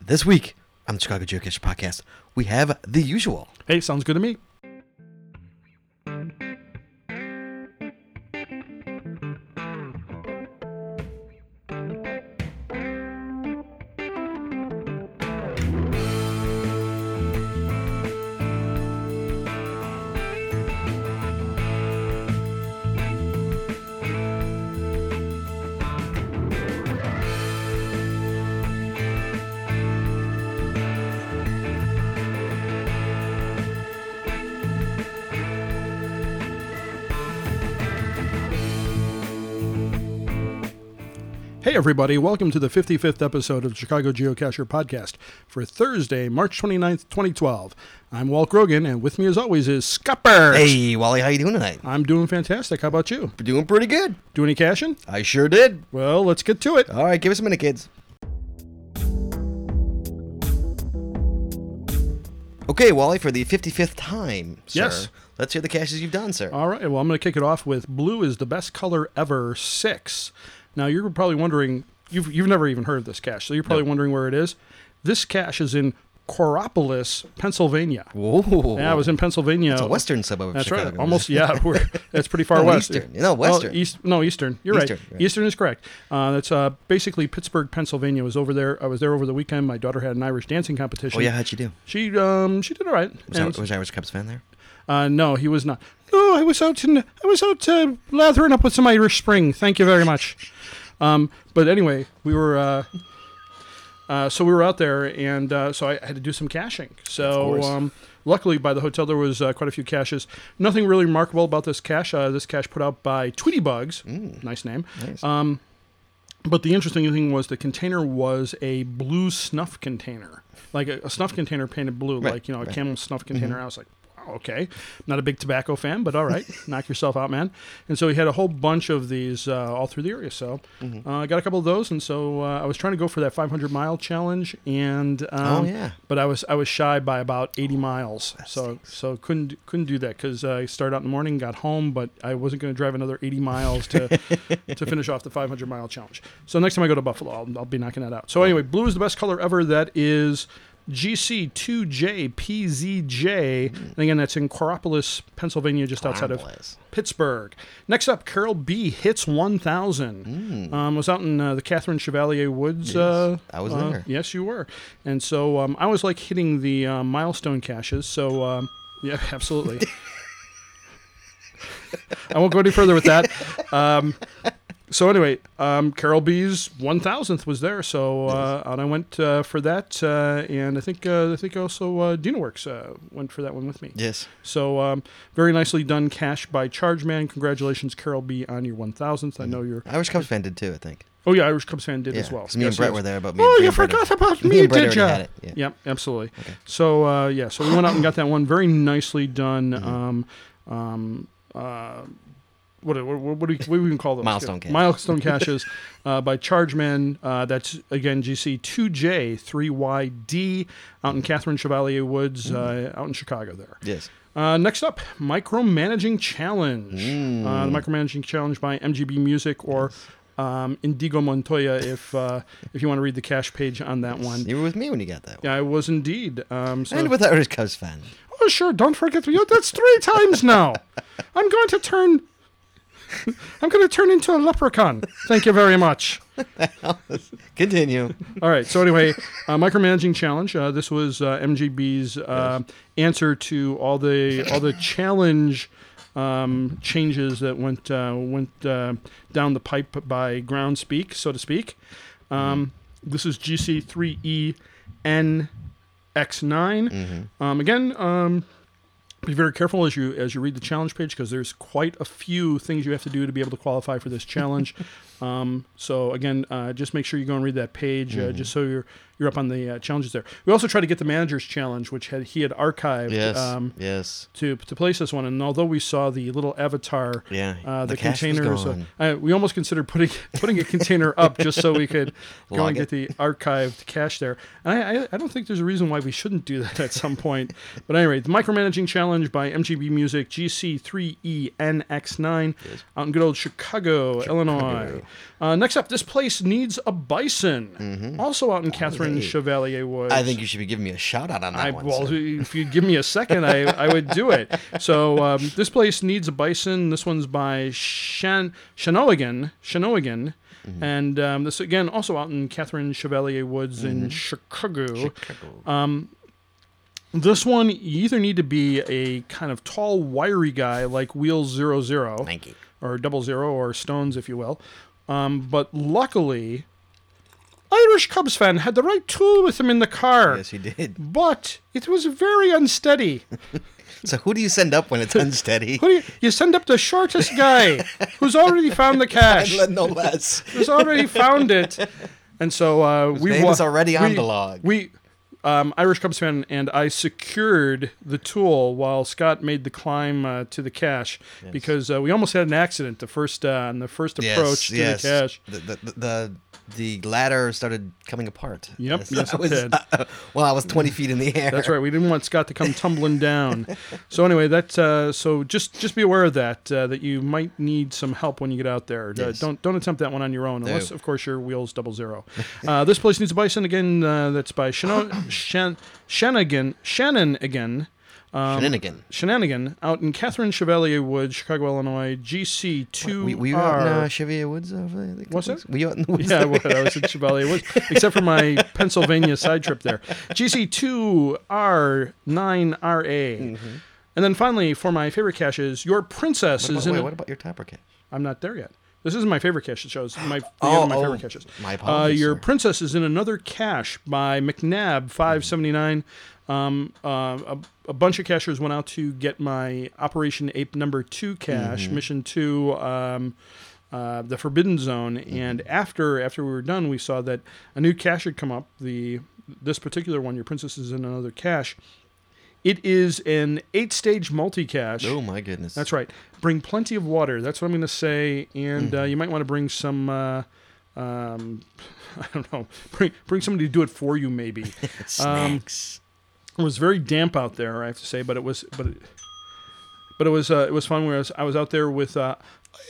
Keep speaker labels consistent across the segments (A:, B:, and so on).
A: This week on the Chicago Geocache Podcast, we have the usual.
B: Hey, sounds good to me. Hey, everybody, welcome to the 55th episode of the Chicago Geocacher Podcast for Thursday, March 29th, 2012. I'm Walt Grogan, and with me, as always, is Scott Burns.
A: Hey, Wally, how you doing tonight?
B: I'm doing fantastic. How about you?
A: Doing pretty good.
B: Do any caching?
A: I sure did.
B: Well, let's get to it.
A: All right, give us a minute, kids. Okay, Wally, for the 55th time, sir.
B: Yes. Uh,
A: Let's hear the caches you've done, sir.
B: All right, well, I'm going to kick it off with Blue is the Best Color Ever 6. Now, you're probably wondering, you've, you've never even heard of this cache, so you're probably wondering where it is. This cache is in Corapolis, Pennsylvania.
A: Whoa.
B: Yeah, I was in Pennsylvania.
A: a western suburb of
B: That's
A: Chicago.
B: right. Almost, yeah. We're, that's pretty far
A: No,
B: west.
A: eastern. No,
B: Well,
A: western.
B: east, no, eastern. You're
A: Eastern,
B: right.
A: right.
B: Eastern is correct. Uh, that's uh, basically Pittsburgh, Pennsylvania. Was over there. I was there over the weekend. My daughter had an Irish dancing competition.
A: Oh, yeah, how'd you do?
B: She um she did all right.
A: Was,
B: And-
A: I, was Irish Cubs fan there?
B: uh, no, he was not. No, I was out in I was out uh, lathering up with some Irish Spring. Thank you very much. Um, but anyway, we were uh, uh, so we were out there, and uh, so I had to do some caching. So
A: course.
B: um, luckily, by the hotel, there was uh, quite a few caches. Nothing really remarkable about this cache. Uh, this cache put out by Tweety Bugs, nice name.
A: Nice.
B: Um, but the interesting thing was the container was a blue snuff container, like a, a snuff container painted blue,
A: Right,
B: like you know a
A: right. Mm-hmm.
B: camel snuff container. I was like, wow, okay, not a big tobacco fan, but all right, knock yourself out, man. And so he had a whole bunch of these uh, all through the area. So
A: Mm-hmm.
B: uh, I got a couple of those, and so uh, I was trying to go for that 500 mile challenge, and
A: Oh,
B: um,
A: yeah.
B: but I was I was shy by about 80 miles, so so couldn't couldn't do that because I started out in the morning, got home, but I wasn't going to drive another 80 miles to to finish off the 500 mile challenge. So next time I go to Buffalo, I'll, I'll be knocking that out. So anyway, blue is the best color ever. That is GC2JPZJ, and again that's in Corapolis, Pennsylvania, just outside of
A: Corapolis.
B: Pittsburgh. Next up, Carol B hits 1,000. Um, was out in uh, the Catherine Chevalier Woods. Uh,
A: Mm. I was
B: uh,
A: there.
B: Yes, you were. And so um, I always like hitting the uh, milestone caches. So, um, yeah, absolutely. I won't go any further with that. Um, so anyway, um, Carol B's one thousandth was there, so uh, and I went uh, for that, uh, and I think uh, I think also uh, DinaWorks uh, went for that one with me.
A: Yes.
B: So um, very nicely done, cash by charge man. Congratulations, Carol B, on your one thousandth. I know you're.
A: Irish Cubs fan did too, I think.
B: Oh yeah, Irish Cubs fan did
A: Yeah,
B: as well.
A: 'cause me and
B: Yes,
A: Brett
B: yes.
A: were there, but me
B: Oh,
A: and
B: you
A: Brett
B: forgot about
A: me
B: me,
A: and Brett
B: did you?
A: already had it, yeah.
B: Yep, absolutely. So uh, yeah, so we went out and got that one very nicely done.
A: Mm-hmm.
B: Um, um, uh, what, what, what, do you, what do we even call those?
A: Milestone caches.
B: Milestone caches uh, by Chargeman. Uh, that's again GC2J3YD out in Catherine Chevalier Woods,
A: Mm-hmm.
B: uh, out in Chicago there.
A: Yes.
B: Uh, next up, micromanaging challenge. Uh, the micromanaging challenge by MGB Music or um, Indigo Montoya. If uh, if you want to read the cash page on that one,
A: You were with me when you got that one.
B: yeah, I was indeed. Um, so,
A: And with Irish Cubs fan.
B: oh sure, don't forget you. That's three times now. I'm going to turn. I'm going to turn into a leprechaun. Thank you very much.
A: Continue.
B: All right. So anyway, uh, micromanaging challenge. Uh, this was uh, MGB's uh, answer to all the all the challenge um, changes that went uh, went uh, down the pipe by ground speak, so to speak. Um, This is GC three E N X 9 Um, again, um, be very careful as you as you read the challenge page because there's quite a few things you have to do to be able to qualify for this challenge. um, so again, uh, just make sure you go and read that page uh, just so you're you're up on the uh, challenges there. We also tried to get the manager's challenge, which had he had archived.
A: Yes.
B: Um,
A: yes.
B: to, to place this one, and although we saw the little avatar,
A: Yeah,
B: uh, the,
A: the cache was
B: containers, uh,
A: gone.
B: I, we almost considered putting putting a container up just so we could go
A: Log
B: and get the archived cache there. And I, I, I don't think there's a reason why we shouldn't do that at some point. But anyway, the micromanaging challenge by MGB Music E GC3ENX9 out in good old Chicago, Illinois. Uh, next up, this place needs a bison, also out in Catherine Catherine Chevalier was.
A: Mm-hmm. I think you should be giving me a shout out on that
B: I,
A: one.
B: well,
A: sir.
B: if you'd give me a second, I, I would do it. So um, this place needs a bison. This one's by Shan Shanoigan, Shanoigan, and um, this again also out in Catherine Chevalier Woods in Chicago. This one you either need to be a kind of tall, wiry guy like Wheel Zero Zero
A: Thank you.
B: or Double Zero or Stones, if you will. Um, but luckily, Irish Cubs fan had the right tool with him in the car
A: Yes, he did.
B: but it was very unsteady.
A: So who do you send up when it's unsteady?
B: What do you, you send up the shortest guy who's already found the cash,
A: no less.
B: who's already found it, and so uh, we
A: name
B: wa-
A: is already on
B: we-
A: the log.
B: We. Um, Irish Cubs fan and I secured the tool while Scott made the climb uh, to the cache because uh, we almost had an accident the first uh, on the first
A: Yes,
B: approach to
A: yes.
B: the cache.
A: The, the, the, the ladder started coming apart.
B: Yep, yes,
A: I
B: it
A: was,
B: did.
A: well, I was 20 feet in the air.
B: That's right. We didn't want Scott to come tumbling down. so anyway, that's uh, so just just be aware of that uh, that you might need some help when you get out there. Uh,
A: Yes.
B: don't don't attempt that one on your own unless of course your wheels double zero. uh, this place needs a bison again. Uh, that's by Shano- Shan- Shanagan Shannon again. um,
A: Shenanigan.
B: Shenanigan out in Catherine Chevalier Woods, Chicago, Illinois, GC two
A: We, we were out in uh, Chevier Woods over there.
B: What's that?
A: We out in the woods.
B: Yeah, well, I was in Chevalier Woods, except for my Pennsylvania side trip there. GC2R9RA.
A: Mm-hmm.
B: And then finally, for my favorite caches, your princess
A: Wait,
B: is in.
A: wait,
B: a-
A: what about your topper cat?
B: I'm not there yet. This isn't my favorite cache. It shows my the
A: Oh,
B: end of my
A: oh,
B: favorite caches.
A: my
B: Uh,
A: apologies,
B: your
A: sir.
B: princess is in another cache by McNabb five seventy nine. Um, uh, a, a bunch of cachers went out to get my Operation Ape Number Two cache,
A: Mm-hmm.
B: Mission Two, um, uh, the Forbidden Zone.
A: Mm-hmm.
B: And after after we were done, we saw that a new cache had come up. The this particular one, your princess is in another cache. It is an eight stage multi cache.
A: Oh, my goodness.
B: That's right. Bring plenty of water. That's what I'm going to say. And uh, you might want to bring some. Uh, um, I don't know. Bring bring somebody to do it for you. Maybe it um,
A: Snacks.
B: was very damp out there. I have to say, but it was but it, but it was uh, it was fun. Whereas I was out there with uh,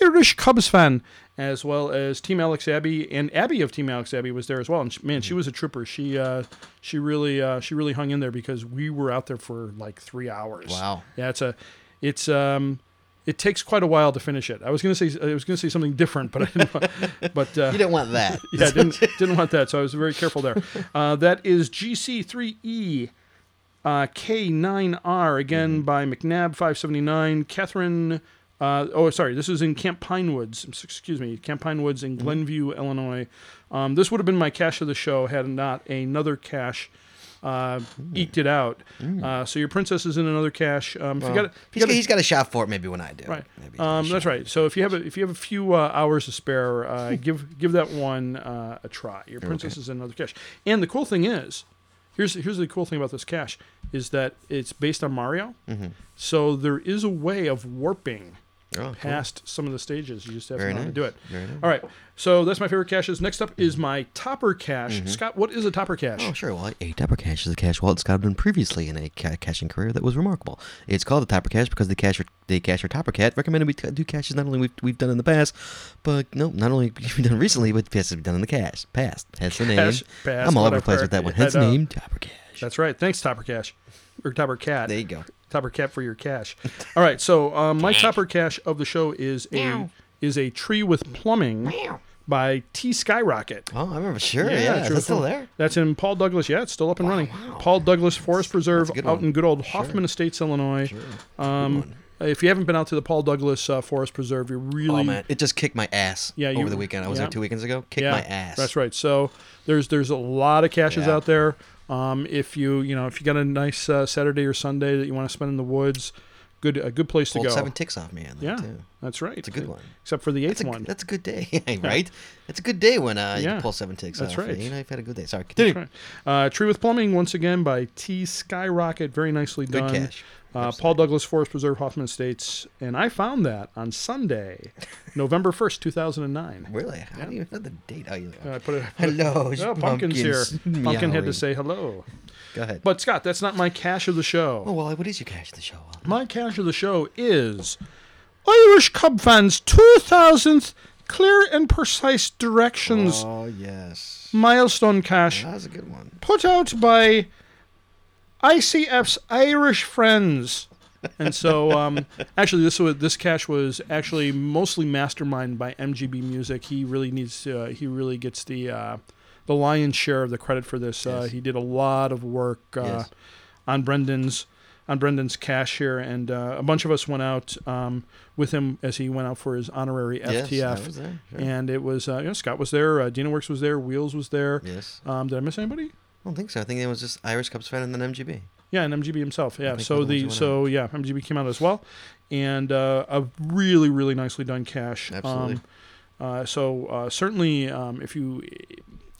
B: Irish Cubs fan as well as Team Alex Abbey and Abby of Team Alex Abbey was there as well. And she, man, she was a trooper. She uh, she really uh, she really hung in there because we were out there for like three hours.
A: wow.
B: Yeah, it's a, it's um, it takes quite a while to finish it. I was gonna say I was gonna say something different, but I didn't. want, but uh,
A: You don't want that.
B: yeah, didn't didn't want that, so I was very careful there. Uh, that is GC3E. E, Uh, K9R
A: Mm-hmm.
B: again by McNabb 579 Catherine. Uh, oh, sorry, this is in Camp Pinewoods. Excuse me, Camp Pinewoods in
A: Mm-hmm.
B: Glenview, Illinois. Um, this would have been my cache of the show had not another cache uh, eked it out. Uh, so your princess is in another cache. Um, if you got, if you
A: He's
B: got
A: got,
B: a-
A: he's got a shot for it maybe when I do.
B: Right.
A: Maybe he's got a
B: Um, that's
A: shot.
B: right. So if you have a, if you have a few uh, hours to spare, uh, give give that one uh, a try. Your princess is another cache. And the cool thing is, here's here's the cool thing about this cache is that it's based on Mario. So there is a way of warping
A: Mm-hmm. Oh, cool.
B: past some of the stages. You just have
A: Very
B: to know how to
A: nice.
B: do it.
A: Very nice.
B: All right. So that's my favorite caches. Next up is my topper cache. Scott, what is a topper cache?
A: Mm-hmm. Oh, sure. Well, a Topper Cache is a cache wallet Scott had been previously in a ca- caching career that was remarkable. It's called the Topper Cache because the casher, the casher Topper Cat recommended we t- do caches not only we've, we've done in the past, but no, not only we've done recently, but has been done in the cache. Past. Hence the name.
B: Cache, past,
A: I'm all over
B: whatever.
A: the place with that one.
B: Yeah, I
A: Hence the
B: know.
A: name Topper Cache.
B: That's right. Thanks, Topper Cache. Or Topper Cat.
A: There you go.
B: Topper Cat for your cash. All right, so um, my Topper Cash of the show is a is a tree with plumbing by T Skyrocket.
A: Oh, I remember. Sure. Yeah.
B: Tree
A: Is
B: with
A: that still
B: Plum-
A: there?
B: That's in Paul Douglas. Yeah, it's still up and running. Paul Douglas Forest Preserve
A: a good
B: out
A: one.
B: in good old Hoffman Estates, Illinois. Um, if you haven't been out to the Paul Douglas uh, Forest Preserve, you really
A: Oh, man. It just kicked my ass
B: Yeah, you-
A: over the weekend. I was
B: yeah.
A: there two weekends ago. Kicked
B: yeah,
A: my ass.
B: That's right. So there's there's a lot of caches
A: Yeah.
B: out there. Um, if you you know if you got a nice uh, Saturday or Sunday that you want to spend in the woods, good a good place to
A: Pulled
B: go.
A: seven ticks off me on that,
B: Yeah,
A: too.
B: that's right. It's
A: a good one.
B: Except for the eighth
A: That's a,
B: one.
A: that's a good day, right? That's a good day when uh, you
B: Yeah.
A: can pull seven ticks
B: That's
A: off.
B: right.
A: You know, you've had a good day. Sorry, continue.
B: That's right. uh, Tree with Plumbing, once again, by T Skyrocket. Very nicely done.
A: catch.
B: Uh, Paul Douglas Forest Preserve, Hoffman Estates. And I found that on Sunday, November 1st, 2009.
A: Really? How do you know the date? Oh, you
B: Uh, I put it,
A: Hello,
B: oh, pumpkin's here. Pumpkin had to say hello.
A: Go ahead.
B: But, Scott, that's not my cash of the show.
A: oh, well, what is your cash of the show? Well,
B: My cash of the show is Irish Cub fans' 2000th Clear and precise directions.
A: Oh yes,
B: Milestone Cash.
A: that's a good one.
B: Put out by ICF's Irish friends. And so, um, actually, this was, this cash was actually mostly masterminded by MGB Music. He really needs to, uh, he really gets the uh, the lion's share of the credit for this. Uh,
A: Yes.
B: he did a lot of work uh,
A: Yes.
B: on Brendan's on Brendan's cash here, and uh, a bunch of us went out um, with him as he went out for his honorary FTF.
A: Yes, I was there. Sure.
B: And it was uh, you know, Scott was there, uh, Dina Works was there, Wheels was there.
A: Yes,
B: Um, did I miss anybody?
A: I don't think so. I think it was just Irish Cubs fan and then MGB.
B: Yeah, and MGB himself. Yeah.
A: think
B: So
A: we're the ones who
B: the
A: went
B: so yeah, MGB came out as well, and uh, a really really nicely done cash.
A: Absolutely.
B: Um, uh, so uh, certainly, um, if you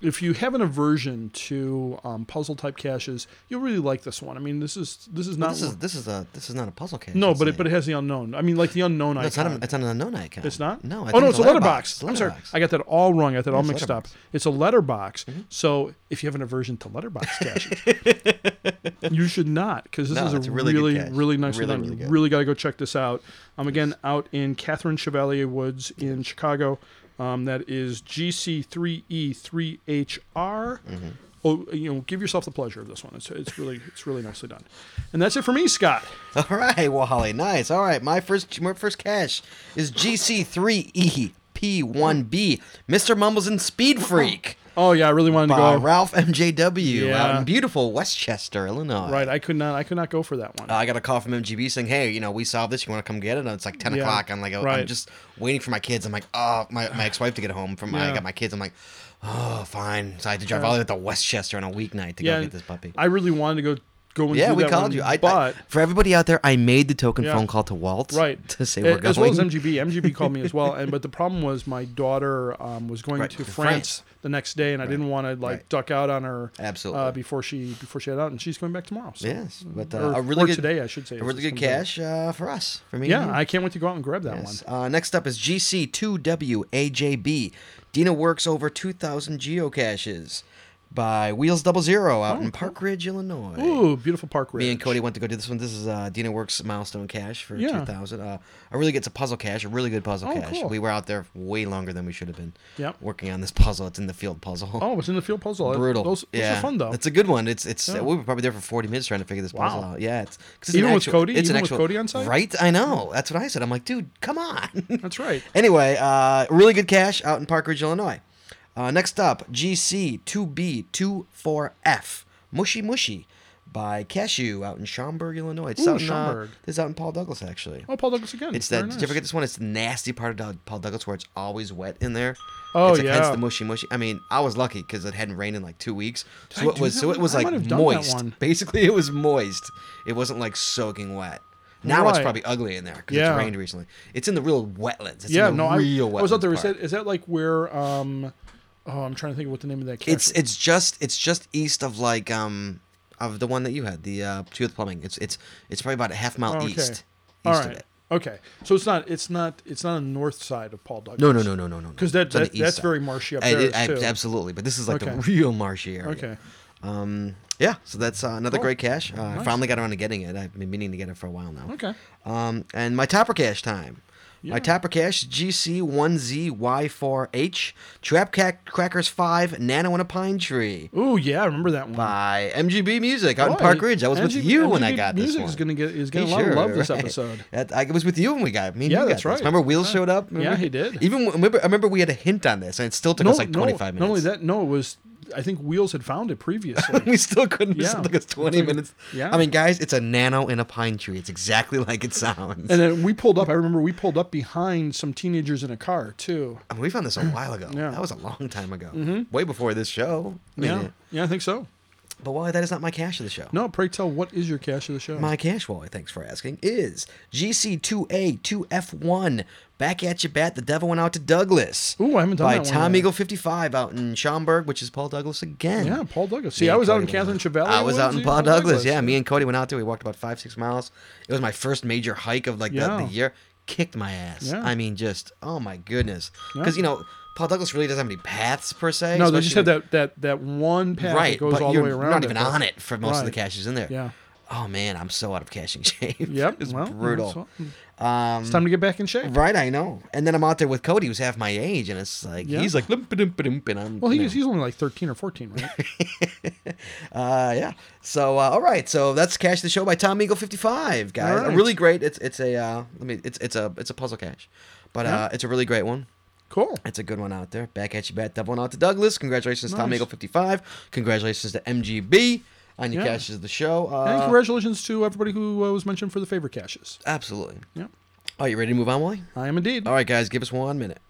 B: if you have an aversion to um, puzzle type caches, you'll really like this one. I mean, this is this is
A: Well,
B: not
A: this is this is a this is not a puzzle case.
B: no,
A: it's
B: but
A: a-
B: it, but it has the unknown. I mean, like the unknown
A: no, it's not
B: icon.
A: a, it's not an unknown icon.
B: It's not?
A: No. I
B: oh
A: think
B: no, it's a letterbox.
A: It's a
B: I'm sorry,
A: letterbox.
B: I got that all wrong. I got that all
A: it's
B: mixed up.
A: letterbox. Mm-hmm.
B: It's a letterbox. So if you have an aversion to letterbox caches, you should not, because this
A: No,
B: is
A: it's
B: a
A: a really good
B: really,
A: cache.
B: really nice
A: Really,
B: event.
A: really
B: you
A: good.
B: really got to go check this out. Um, again, out in Catherine Chevalier Woods in Chicago. Um, that is E GC3E3HR.
A: Mm-hmm.
B: Oh, you know, give yourself the pleasure of this one. It's, it's really, it's really nicely done. And that's it for me, Scott.
A: All right, Wally. Nice. All right, my first my first cache is GC3E. P1B, Mr. Mumbles and Speed Freak
B: Oh yeah, I really wanted to
A: by
B: go.
A: Ralph MJW out
B: Yeah.
A: in beautiful Westchester, Illinois.
B: Right, I could not, I could not go for that one.
A: Uh, I got a call from MGB saying, "Hey, you know, we solved this. You want to come get it?" And it's like ten
B: Yeah,
A: o'clock. I'm like, oh,
B: right.
A: I'm just waiting for my kids. I'm like, oh, my, my ex-wife to get home from.
B: Yeah.
A: I got my kids. I'm like, oh, fine. So I had to drive all the way to Westchester on a weeknight to go get this puppy.
B: I really wanted to go go and
A: yeah,
B: do
A: we
B: that
A: called
B: one,
A: you. I, I-
B: but
A: for everybody out there, I made the token
B: Yeah.
A: phone call to Walt.
B: right
A: To say
B: A-
A: we're going.
B: as well as MGB. MGB called me as well, and but the problem was my daughter um, was going
A: Right,
B: to
A: to
B: France,
A: France.
B: the next day, and I didn't want to like
A: right.
B: duck out on her
A: Absolutely.
B: uh, before she before she had out, and she's going back tomorrow. So.
A: yes, but uh,
B: Or,
A: a really
B: or
A: good
B: today, I should say.
A: a
B: is
A: really
B: this
A: good
B: comes out.
A: cash uh, for us for me. and
B: Yeah,
A: you.
B: I can't wait to go out and grab that
A: Yes. Uh, next up is GC2WAJB. Dina works over 2,000 geocaches by Wheels Double Zero out in Park Ridge, Illinois.
B: one. Oh, Ooh, beautiful park ridge.
A: Me and Cody went to go do this one. This is uh, Dina Works milestone cache for
B: Yeah.
A: 2000. Uh, I really gets a puzzle cache, a really good puzzle
B: Oh,
A: cache.
B: cool.
A: We were out there way longer than we should have been.
B: Yep.
A: Working on this puzzle. It's in the field puzzle.
B: Oh, it's in the field puzzle.
A: Brutal.
B: Those, those
A: yeah.
B: are fun though.
A: It's a good one. It's it's
B: Yeah.
A: we were probably there for 40 minutes trying to figure this
B: Wow.
A: puzzle out. Yeah, it's, 'cause it's
B: Even
A: an
B: with
A: actual-
B: Cody?
A: It's an
B: Even with
A: actual-
B: Cody on site?
A: Right? I know. That's what I said. I'm like, dude, come on.
B: That's right.
A: Anyway, uh, really good cash out in Park Ridge, Illinois. Uh, next up, GC2B24F Mushy Mushy by Cashew out in Schaumburg, Illinois. It's
B: Ooh,
A: out in, uh,
B: Schaumburg.
A: this is out in Paul Douglas actually.
B: Oh, Paul Douglas again.
A: It's that.
B: Very
A: Did you ever
B: nice.
A: get this one? It's the nasty part of Paul Douglas where it's always wet in there.
B: Oh,
A: it's like, Hence
B: yeah.
A: the mushy mushy. I mean, I was lucky because it hadn't rained in like two weeks,
B: Did
A: so
B: I
A: it
B: do
A: was
B: that
A: so it
B: one?
A: was
B: I
A: like
B: might have done that
A: moist.
B: one.
A: Basically, it was moist. It wasn't like soaking wet. Now it's
B: Right.
A: probably ugly in there because
B: Yeah.
A: it's rained recently. It's in the real wetlands. It's
B: yeah,
A: in the
B: no, I,
A: real wetlands
B: I was out there. Is
A: part.
B: that, is that like where? Um, oh, I'm trying to think of what the name of that. Cache
A: It's it's just it's just east of like um of the one that you had the uh Tooth Plumbing. It's it's it's probably about a half mile
B: Okay.
A: east east
B: All
A: of
B: right.
A: it.
B: Okay. So it's not it's not it's not on the north side of Paul Douglas.
A: No, no, no, no, no, no.
B: Because
A: no.
B: that,
A: It's on the
B: that
A: east
B: that's
A: side.
B: very marshy up
A: I-
B: there
A: I-
B: too.
A: absolutely, but this is like the
B: Okay.
A: real marshy area.
B: Okay.
A: Um, yeah, so that's uh, another
B: Cool.
A: great cache. Uh, I finally got around to getting it. I've been meaning to get it for a while now.
B: Okay.
A: Um, and my topper cache time.
B: Yeah.
A: My topper cache GC1ZY4H Trap Cac- Crackers 5 Nano in a Pine Tree
B: Oh yeah, I remember that one.
A: by MGB Music out in
B: Boy,
A: Park Ridge. I was with
B: MGB
A: you when I
B: MGB
A: got this
B: music
A: one.
B: is gonna get is
A: Hey,
B: gonna sure,
A: sure,
B: love this
A: right.
B: episode.
A: That- I was with you when we got. Me and
B: Yeah,
A: you got
B: that's
A: this.
B: right.
A: Remember, Wheels showed up.
B: Yeah,
A: Remember-
B: he did.
A: Even remember, I remember we had a hint on this, and it still took
B: No,
A: us like
B: no,
A: twenty five minutes.
B: Not only that, no, it was I think Wheels had found it previously.
A: we still couldn't.
B: Yeah.
A: It took us twenty
B: It's like-
A: minutes.
B: yeah.
A: I mean, guys, it's a nano in a pine tree. It's exactly like it sounds.
B: and then we pulled up. I remember we pulled up behind some teenagers in a car too.
A: I mean, we found this a while ago.
B: Yeah. Mm-hmm.
A: That was a long time ago. Way before this show. I mean,
B: Yeah, yeah, I think so.
A: But why that is not my cash of the show.
B: No, pray tell, what is your cash of the show?
A: My cash wallet, thanks for asking, is GC2A2F1. Back at you, bat. The devil went out to Douglas.
B: Ooh, I haven't done
A: by
B: that one
A: Tom
B: yet.
A: Eagle 55 out in Schaumburg, which is Paul Douglas again.
B: yeah, Paul Douglas. See,
A: Me
B: I
A: and
B: was out
A: Cody
B: in
A: went
B: Catherine Chevalier.
A: I was out
B: Woods,
A: in
B: you
A: Paul
B: were
A: Douglas. Yeah, me and Cody went out there. We walked about five, six miles. It was my first major hike of like
B: Yeah.
A: the, the year. Kicked my ass.
B: Yeah.
A: I mean, just oh my goodness.
B: Yeah.
A: Because you know, Paul Douglas really doesn't have any paths per se.
B: No, they
A: especially
B: just had
A: when-
B: that that that one path
A: right,
B: that goes
A: but
B: all the
A: you're
B: way around.
A: not even
B: but-
A: on it for most of the
B: Right.
A: caches in there.
B: Yeah.
A: Oh man, I'm so out of cashing shape.
B: Yep.
A: it's
B: well, that's
A: brutal.
B: all-
A: Um,
B: It's time to get back in shape.
A: right, I know. And then I'm out there with Cody, who's half my age, and it's like
B: Yeah.
A: he's like, "Lump, dump, dump," and I'm
B: Well,
A: you
B: he's,
A: know.
B: he's only like 13 or 14, right?
A: Uh, yeah. So uh, all right, so that's Cash the Show by Tom Eagle 55, guys.
B: All right.
A: Really great. It's it's a uh, let me it's it's a it's a puzzle cache, but
B: Yeah.
A: uh, it's a really great one.
B: cool.
A: It's a good one out there. Back at you, bat. That one out to Douglas. Congratulations, Tom
B: Nice.
A: Eagle 55. Congratulations to MGB on your
B: Yeah.
A: caches of the show.
B: and
A: Uh,
B: congratulations to everybody who uh, was mentioned for the favorite caches.
A: absolutely.
B: Yeah,
A: Are you ready to move on, Wally?
B: I am indeed.
A: All right, guys, give us one minute.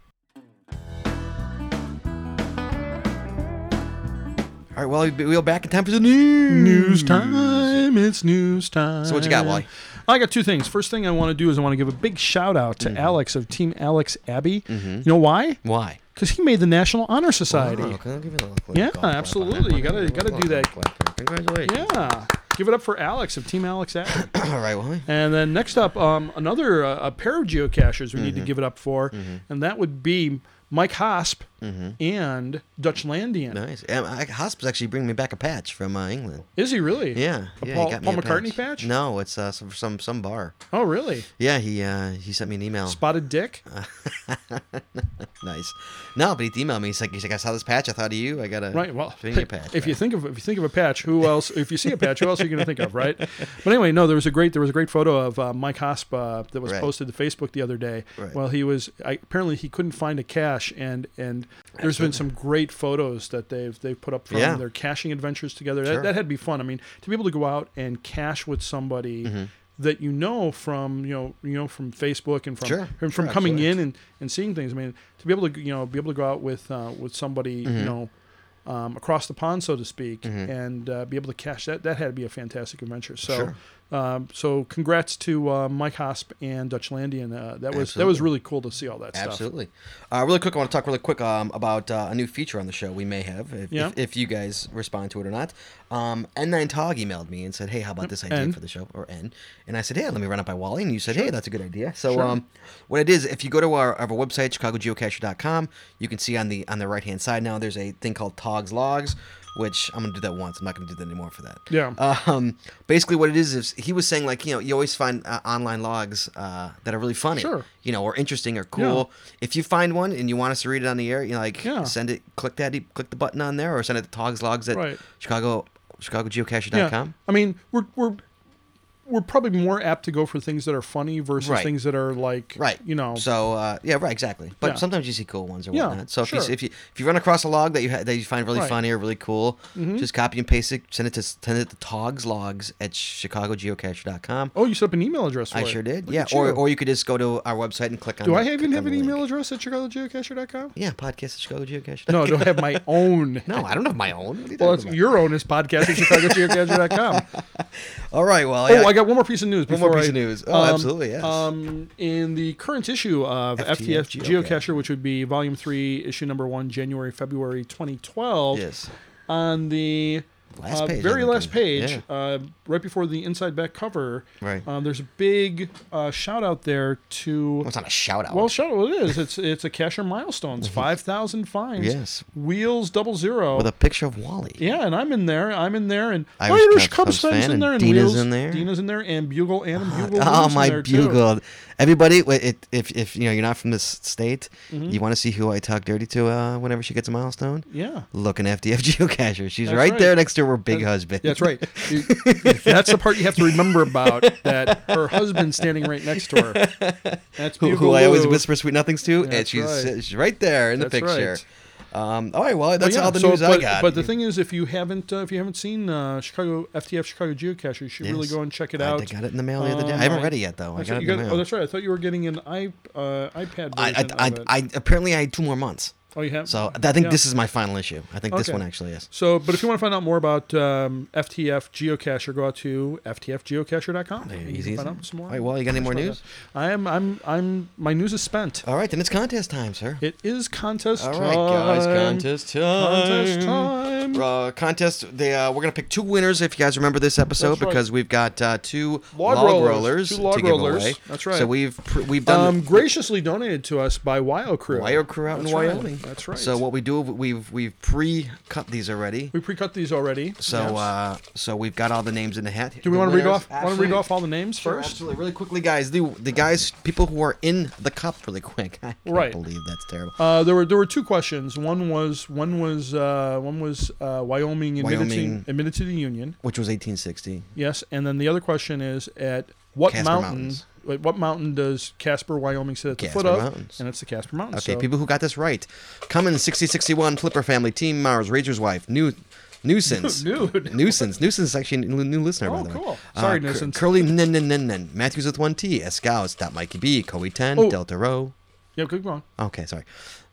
A: All right, Wally, we'll back in time for the news.
B: News time. It's news time.
A: So what you got, Wally?
B: I got two things. First thing I want to do is I want to give a big shout out
A: Mm-hmm.
B: to Alex of Team Alex Abbey. You know why?
A: Why?
B: Because he made the National Honor Society.
A: Oh, can I give you a little quick
B: Yeah,
A: golf clap on that
B: absolutely.
A: one?
B: You gotta- you gotta
A: Little
B: do that.
A: golf clap there. Congratulations.
B: Yeah. Give it up for Alex of Team Alex Abbey.
A: All right, Wally.
B: and then next up, um, another uh, a pair of geocaches we need
A: Mm-hmm.
B: to give it up for, and that would be Mike Hosp
A: Mm-hmm.
B: and Dutch Landian.
A: Nice. Um, I, Hospice actually bring me back a patch from uh, England.
B: Is he really?
A: Yeah,
B: A
A: yeah, he
B: Paul,
A: got me
B: Paul
A: a
B: McCartney patch?
A: No, it's uh, some, some some bar.
B: Oh, really?
A: Yeah, he uh, he sent me an email.
B: Spotted Dick?
A: nice. No, but he emailed me. He's like, he's like, I saw this patch. I thought of you. I got a
B: Right. Well,
A: send you a patch.
B: if you think of if you think of a patch, who else? If you see a patch, who else are you going to think of, right? But anyway, no, there was a great there was a great photo of uh, Mike Hosp uh, that was
A: Right.
B: posted to Facebook the other day.
A: Right.
B: Well, he was I, apparently he couldn't find a cache, and and there's been some great photos that they've they've put up from
A: Yeah.
B: their caching adventures together.
A: Sure.
B: That, that had to be fun. I mean, to be able to go out and cache with somebody.
A: Mm-hmm.
B: That you know from you know you know from Facebook and from
A: Sure.
B: from, from
A: Sure,
B: coming
A: absolutely.
B: in and, and seeing things. I mean, to be able to you know be able to go out with uh, with somebody
A: Mm-hmm.
B: you know um, across the pond, so to speak, and uh, be able to cash that. That had to be a fantastic adventure. So,
A: Sure.
B: um, so congrats to uh, Mike Hosp and Dutch Landian. Uh, that was that was
A: Absolutely.
B: really cool to see all that stuff.
A: Absolutely. Uh, really quick, I want to talk really quick um, about uh, a new feature on the show we may have, if,
B: Yeah.
A: if, if you guys respond to it or not. Um, N9 Tog emailed me and said, hey, how about this idea
B: N.
A: for the show, or N? And I said, hey, let me run it by Wally. And you said, hey, that's a good idea. So
B: Sure.
A: um, what it is, if you go to our, our website, chicagogeocacher.com, you can see on the on the right-hand side now, there's a thing called Tog's Logs, which I'm going to do that once. I'm not going to do that anymore for that.
B: Yeah.
A: Um, basically, what it is is he was saying like you know you always find uh, online logs uh, that are really funny,
B: Sure.
A: you know, or interesting or cool. If you find one and you want us to read it on the air, you know, like
B: Yeah.
A: send it, click that, e, click the button on there, or send it to togslogs at
B: Right.
A: Chicago ChicagoGeocacher.com.
B: yeah. I mean, we're we're we're probably more apt to go for things that are funny versus
A: Right.
B: things that are like
A: Right.
B: You know,
A: So uh, yeah, right, exactly. But
B: Yeah.
A: sometimes you see cool ones or
B: Yeah,
A: whatnot. So if, you,
B: sure.
A: if you if you run across a log that you ha- that you find really
B: Right. Mm-hmm.
A: funny or really cool, just copy and paste it, send it to send it to togslogs at ChicagoGeocacher.com.
B: oh, you set up an email address. For
A: I
B: it.
A: sure did.
B: Look
A: yeah,
B: at
A: or,
B: you.
A: or you could just go to our website and click on.
B: do
A: the-
B: I even
A: click on
B: have an
A: the
B: email
A: link.
B: address at chicagogeocacher.com?
A: Yeah, podcast at Chicago Geocache.
B: No, I don't have my own.
A: no, I don't have my own. What are you
B: Well,
A: talking
B: it's,
A: about?
B: your own is podcast at chicagogeocacher.com.
A: All right, well,
B: Oh,
A: yeah,
B: I got one more piece of news.
A: One more
B: Before
A: piece
B: I-
A: of news. Oh, absolutely, yes.
B: Um, in the current issue of
A: FTF
B: FTF,
A: Geocacher.
B: Geocacher, which would be Volume Three, Issue Number One, January February 2012.
A: yes,
B: On the
A: Last
B: uh,
A: page,
B: very
A: I think.
B: last page,
A: Yeah.
B: uh, right before the inside back cover,
A: Right.
B: Um, there's a big uh, shout out there to.
A: well, it's not a shout out.
B: Well, shout out it is. It's it's a cashier milestones. Five thousand fines.
A: Yes.
B: Wheels double zero.
A: with a picture of Wally.
B: Yeah, and I'm in there. I'm in there, and
A: Irish
B: Irish,
A: Cubs-
B: Cubs,
A: Cubs
B: fans
A: fan,
B: in there,
A: and
B: and
A: Dina's
B: Wheels-
A: in there.
B: Dina's in there, and Bugle and Bugle.
A: Oh
B: Wheels in
A: my
B: there, too.
A: bugle! Everybody, wait, it, if if you know you're not from this state,
B: Mm-hmm.
A: you want to see who I talk dirty to uh, whenever she gets a milestone.
B: Yeah.
A: Look an FDF geocacher. She's
B: That's
A: right,
B: right.
A: there next to her big
B: That-
A: husband.
B: That's right. You- That's the part you have to remember about that her husband's standing right next to her. That's
A: who,
B: Bugle
A: who I always
B: Lou.
A: whisper sweet nothings to, and
B: That's
A: she's
B: right.
A: she's right there in the
B: That's
A: picture. Um, all right, well, that's
B: But yeah,
A: all the
B: so-
A: news I
B: but,
A: got.
B: But the thing is, if you haven't uh, if you haven't seen uh, Chicago FTF Chicago Geocache, you should really
A: Yes.
B: go and check it
A: I
B: out.
A: got it in the mail the other day.
B: Um,
A: I haven't read it yet though. I
B: That's
A: got
B: right,
A: it
B: you
A: in the
B: got-
A: mail.
B: oh, that's right. I thought you were getting an i uh, iPad
A: I,
B: version.
A: I,
B: of it.
A: I, I apparently I had two more months,
B: oh, you have.
A: so I think
B: Yeah.
A: this is my final issue. I think this
B: Okay.
A: one actually is.
B: So, but if you want to find out more about um, FTF Geocacher, go out to ftfgeocacher.com.
A: There,
B: and
A: easy,
B: you can
A: easy.
B: find out some more.
A: All right, well, you got any more news?
B: I am. I'm. I'm. My news is spent.
A: All right, then it's contest time, sir.
B: It is contest
A: All
B: time.
A: right, guys, contest time.
B: Contest time.
A: Uh, contest. They uh, we're gonna pick two winners if you guys remember this episode
B: That's right.
A: because we've got uh, two log,
B: Log
A: rollers,
B: rollers. Two log
A: to give
B: rollers.
A: away.
B: That's right.
A: So we've pr- we've done
B: Um, graciously donated to us by Wyo Crew.
A: Wire Crew out in
B: That's right.
A: Wyoming.
B: That's right.
A: So uh, what we do, we've we've pre-cut these already.
B: we pre-cut these already.
A: So
B: Yes.
A: uh, so we've got all the names in the hat.
B: do we want to read off? Want to
A: Absolutely.
B: read off all the names
A: Sure,
B: first?
A: absolutely. Really quickly, guys. The the guys, people who are in the cup, really quick. I can't
B: Right.
A: believe that's terrible.
B: Uh, there were there were two questions. One was one was uh, one was uh, Wyoming admitted
A: Wyoming.
B: to admitted to the Union.
A: Which was 1860.
B: Yes, and then the other question is at what
A: Casper
B: mountain?
A: Mountains.
B: at What mountain does Casper, Wyoming, sit at the foot
A: Casper
B: of?
A: Mountains.
B: And it's the Casper Mountains.
A: Okay,
B: so-
A: people who got this right. Cummins, 6061, Flipper Family, Team Mars, Razor's Wife, New. Nuisance.
B: Nude.
A: Nuisance. Nuisance is actually a new, new listener, by
B: Oh,
A: the way. Uh,
B: cool. Sorry,
A: Cur-
B: Nuisance.
A: Curly Nen Nen Nen Nen. Matthews with one T. Escouse. Dot Mikey B. Coe 10.
B: Oh.
A: Delta Row.
B: Yeah, good one.
A: Okay, sorry.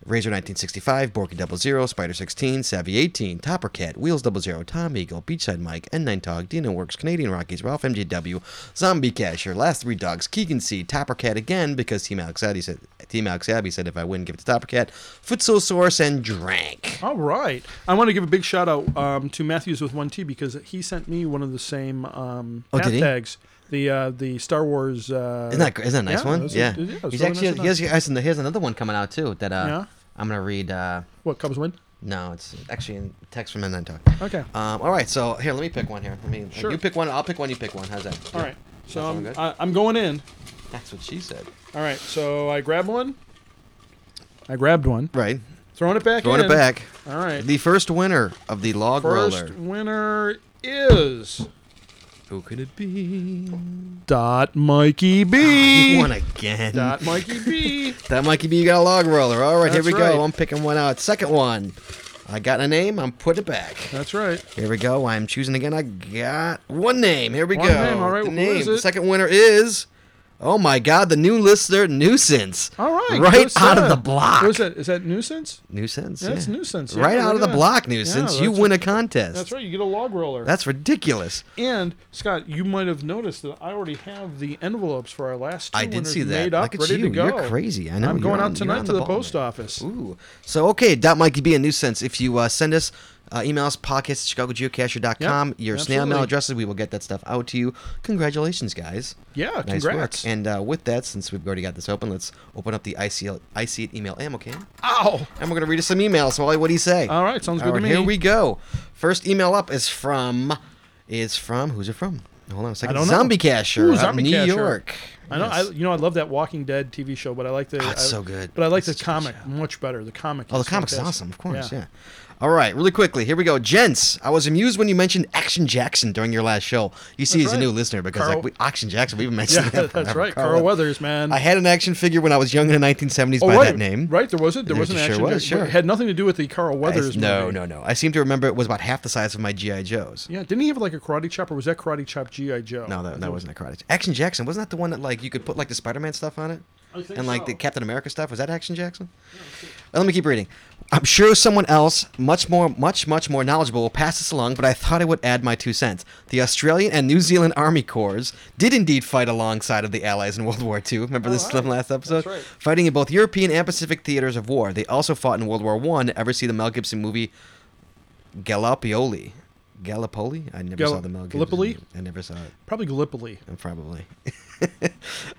A: Razor 1965, Borky Double Zero, Spider 16, Savvy 18, Topper Cat, Wheels Double Zero, Tom Eagle, Beachside Mike, N9 Tog, Dino Works, Canadian Rockies, Ralph MJW, Zombie Casher, Last Three Dogs, Keegan C, Topper Cat again because Team Alex Abby said Team Alex Abby said if I win, give it to Topper Cat, Futsal Source, and Drank.
B: All right. I want to give a big shout out um, to Matthews with one T because he sent me one of the same um,
A: Oh,
B: hat
A: did he?
B: tags. The uh, the Star Wars. Uh,
A: Isn't that, gr- isn't that a nice
B: yeah,
A: one?
B: that's a-
A: yeah.
B: yeah, it's
A: He's
B: really
A: actually
B: nice
A: he has, he has an- he has another one coming out too that uh
B: Yeah?
A: I'm gonna read uh
B: what Cubs win?
A: no, it's actually in text from N9 Tog.
B: Okay.
A: Um, all right, so here, let me pick one here. Let me.
B: Sure.
A: You pick one. I'll pick one. You pick one. How's that?
B: All right. So
A: That
B: I'm,
A: sound good?
B: I, I'm going in.
A: That's what she said.
B: All right. So I grab one. I grabbed one.
A: Right.
B: Throwing it back.
A: Throwing
B: in.
A: it back.
B: All right.
A: The first winner of the log
B: First
A: roller.
B: winner is
A: Who could it be?
B: Dot Mikey
A: Ah, You
B: B.
A: won again.
B: Dot Mikey B.
A: That Mikey B, you got a log roller. All right, here
B: That's
A: we
B: right.
A: go. I'm picking one out. Second one. I got a name. I'm putting it back.
B: That's right.
A: Here we go. I'm choosing again. I got one name. Here we
B: One
A: go.
B: name, all right,
A: The
B: who
A: name.
B: is
A: The
B: it?
A: second winner is. Oh my God! The new listener, nuisance.
B: All right.
A: Right
B: good
A: out of
B: stuff.
A: the block.
B: What is that? Is that nuisance?
A: Nuisance.
B: Yeah, it's nuisance, yeah,
A: right out
B: look
A: of the
B: at that.
A: block, nuisance.
B: Yeah,
A: you
B: that's
A: win a contest.
B: That's right. You get a log roller.
A: That's ridiculous.
B: And Scott, you might have noticed that I already have the envelopes for our last two
A: I did
B: winners
A: see that.
B: made up,
A: Look at
B: ready
A: you.
B: to go.
A: You're crazy. I know.
B: I'm
A: You're on-
B: going out
A: you're
B: tonight
A: on
B: to
A: the
B: the,
A: ball,
B: post
A: man.
B: office.
A: Ooh. So okay, that might be a nuisance. If you uh, send us uh, emails, pockets, chicagogeocacher.com,
B: Yep,
A: your snail mail
B: absolutely.
A: addresses, we will get that stuff out to you. Congratulations, guys.
B: Yeah,
A: Nice
B: congrats.
A: work. And uh, with that, since we've already got this open, let's open up the ICL, IC email ammo can.
B: Ow!
A: And we're going to read us some emails. Wally, what do you say?
B: All right, sounds good
A: All
B: to
A: right,
B: me.
A: Here we go. First email up is from, is from, who's it from? Hold on a second.
B: don't know.
A: Zombie Casher.
B: Ooh,
A: out of
B: Zombie
A: New
B: Casher.
A: York.
B: I know.
A: Yes.
B: I you know I love that Walking Dead TV show, but I like the.
A: Ah, it's
B: I-
A: so good.
B: But I like the
A: It's such a
B: comic much better. The comic.
A: Oh, the
B: is
A: comics is
B: fantastic.
A: awesome, of course. Yeah. All right, really quickly, here we go. Gents, I was amused when you mentioned Action Jackson during your last show. You see,
B: That's
A: he's a new
B: right.
A: listener because
B: Carl-
A: like we, Action Jackson, we've mentioned
B: Yeah,
A: that
B: that's
A: forever.
B: right. Carl, Weathers, man.
A: I had an action figure when I was young in the 1970s
B: oh,
A: by
B: right,
A: that name.
B: Right, there was it. There
A: There
B: was an
A: sure
B: action.
A: was,
B: jack-
A: sure.
B: It had nothing to do with the Carl
A: I-
B: Weathers.
A: no,
B: movie.
A: no, no. I seem to remember it was about half the size of my GI Joe's.
B: Yeah, didn't he have like a karate chop, or was that karate chop GI Joe?
A: No, that, that wasn't a karate. Action Jackson wasn't that the one that like you could put like the Spider-Man stuff on it,
B: I think
A: and like the
B: so.
A: Captain America stuff. Was that Action Jackson? Uh, Let me keep reading. I'm sure someone else, much more, much much more knowledgeable, will pass this along, but I thought I would add my two cents. The Australian and New Zealand Army Corps did indeed fight alongside of the Allies in World War II. Remember this
B: Alright,
A: from last episode?
B: Oh, that's right.
A: Fighting in both European and Pacific theaters of war. They also fought in World War One. Ever see the Mel Gibson movie Gallipoli? Gallipoli? I never
B: Gal-
A: saw the Mel Gibson.
B: Gallipoli?
A: movie. I never saw it.
B: Probably Gallipoli.
A: Uh, Probably.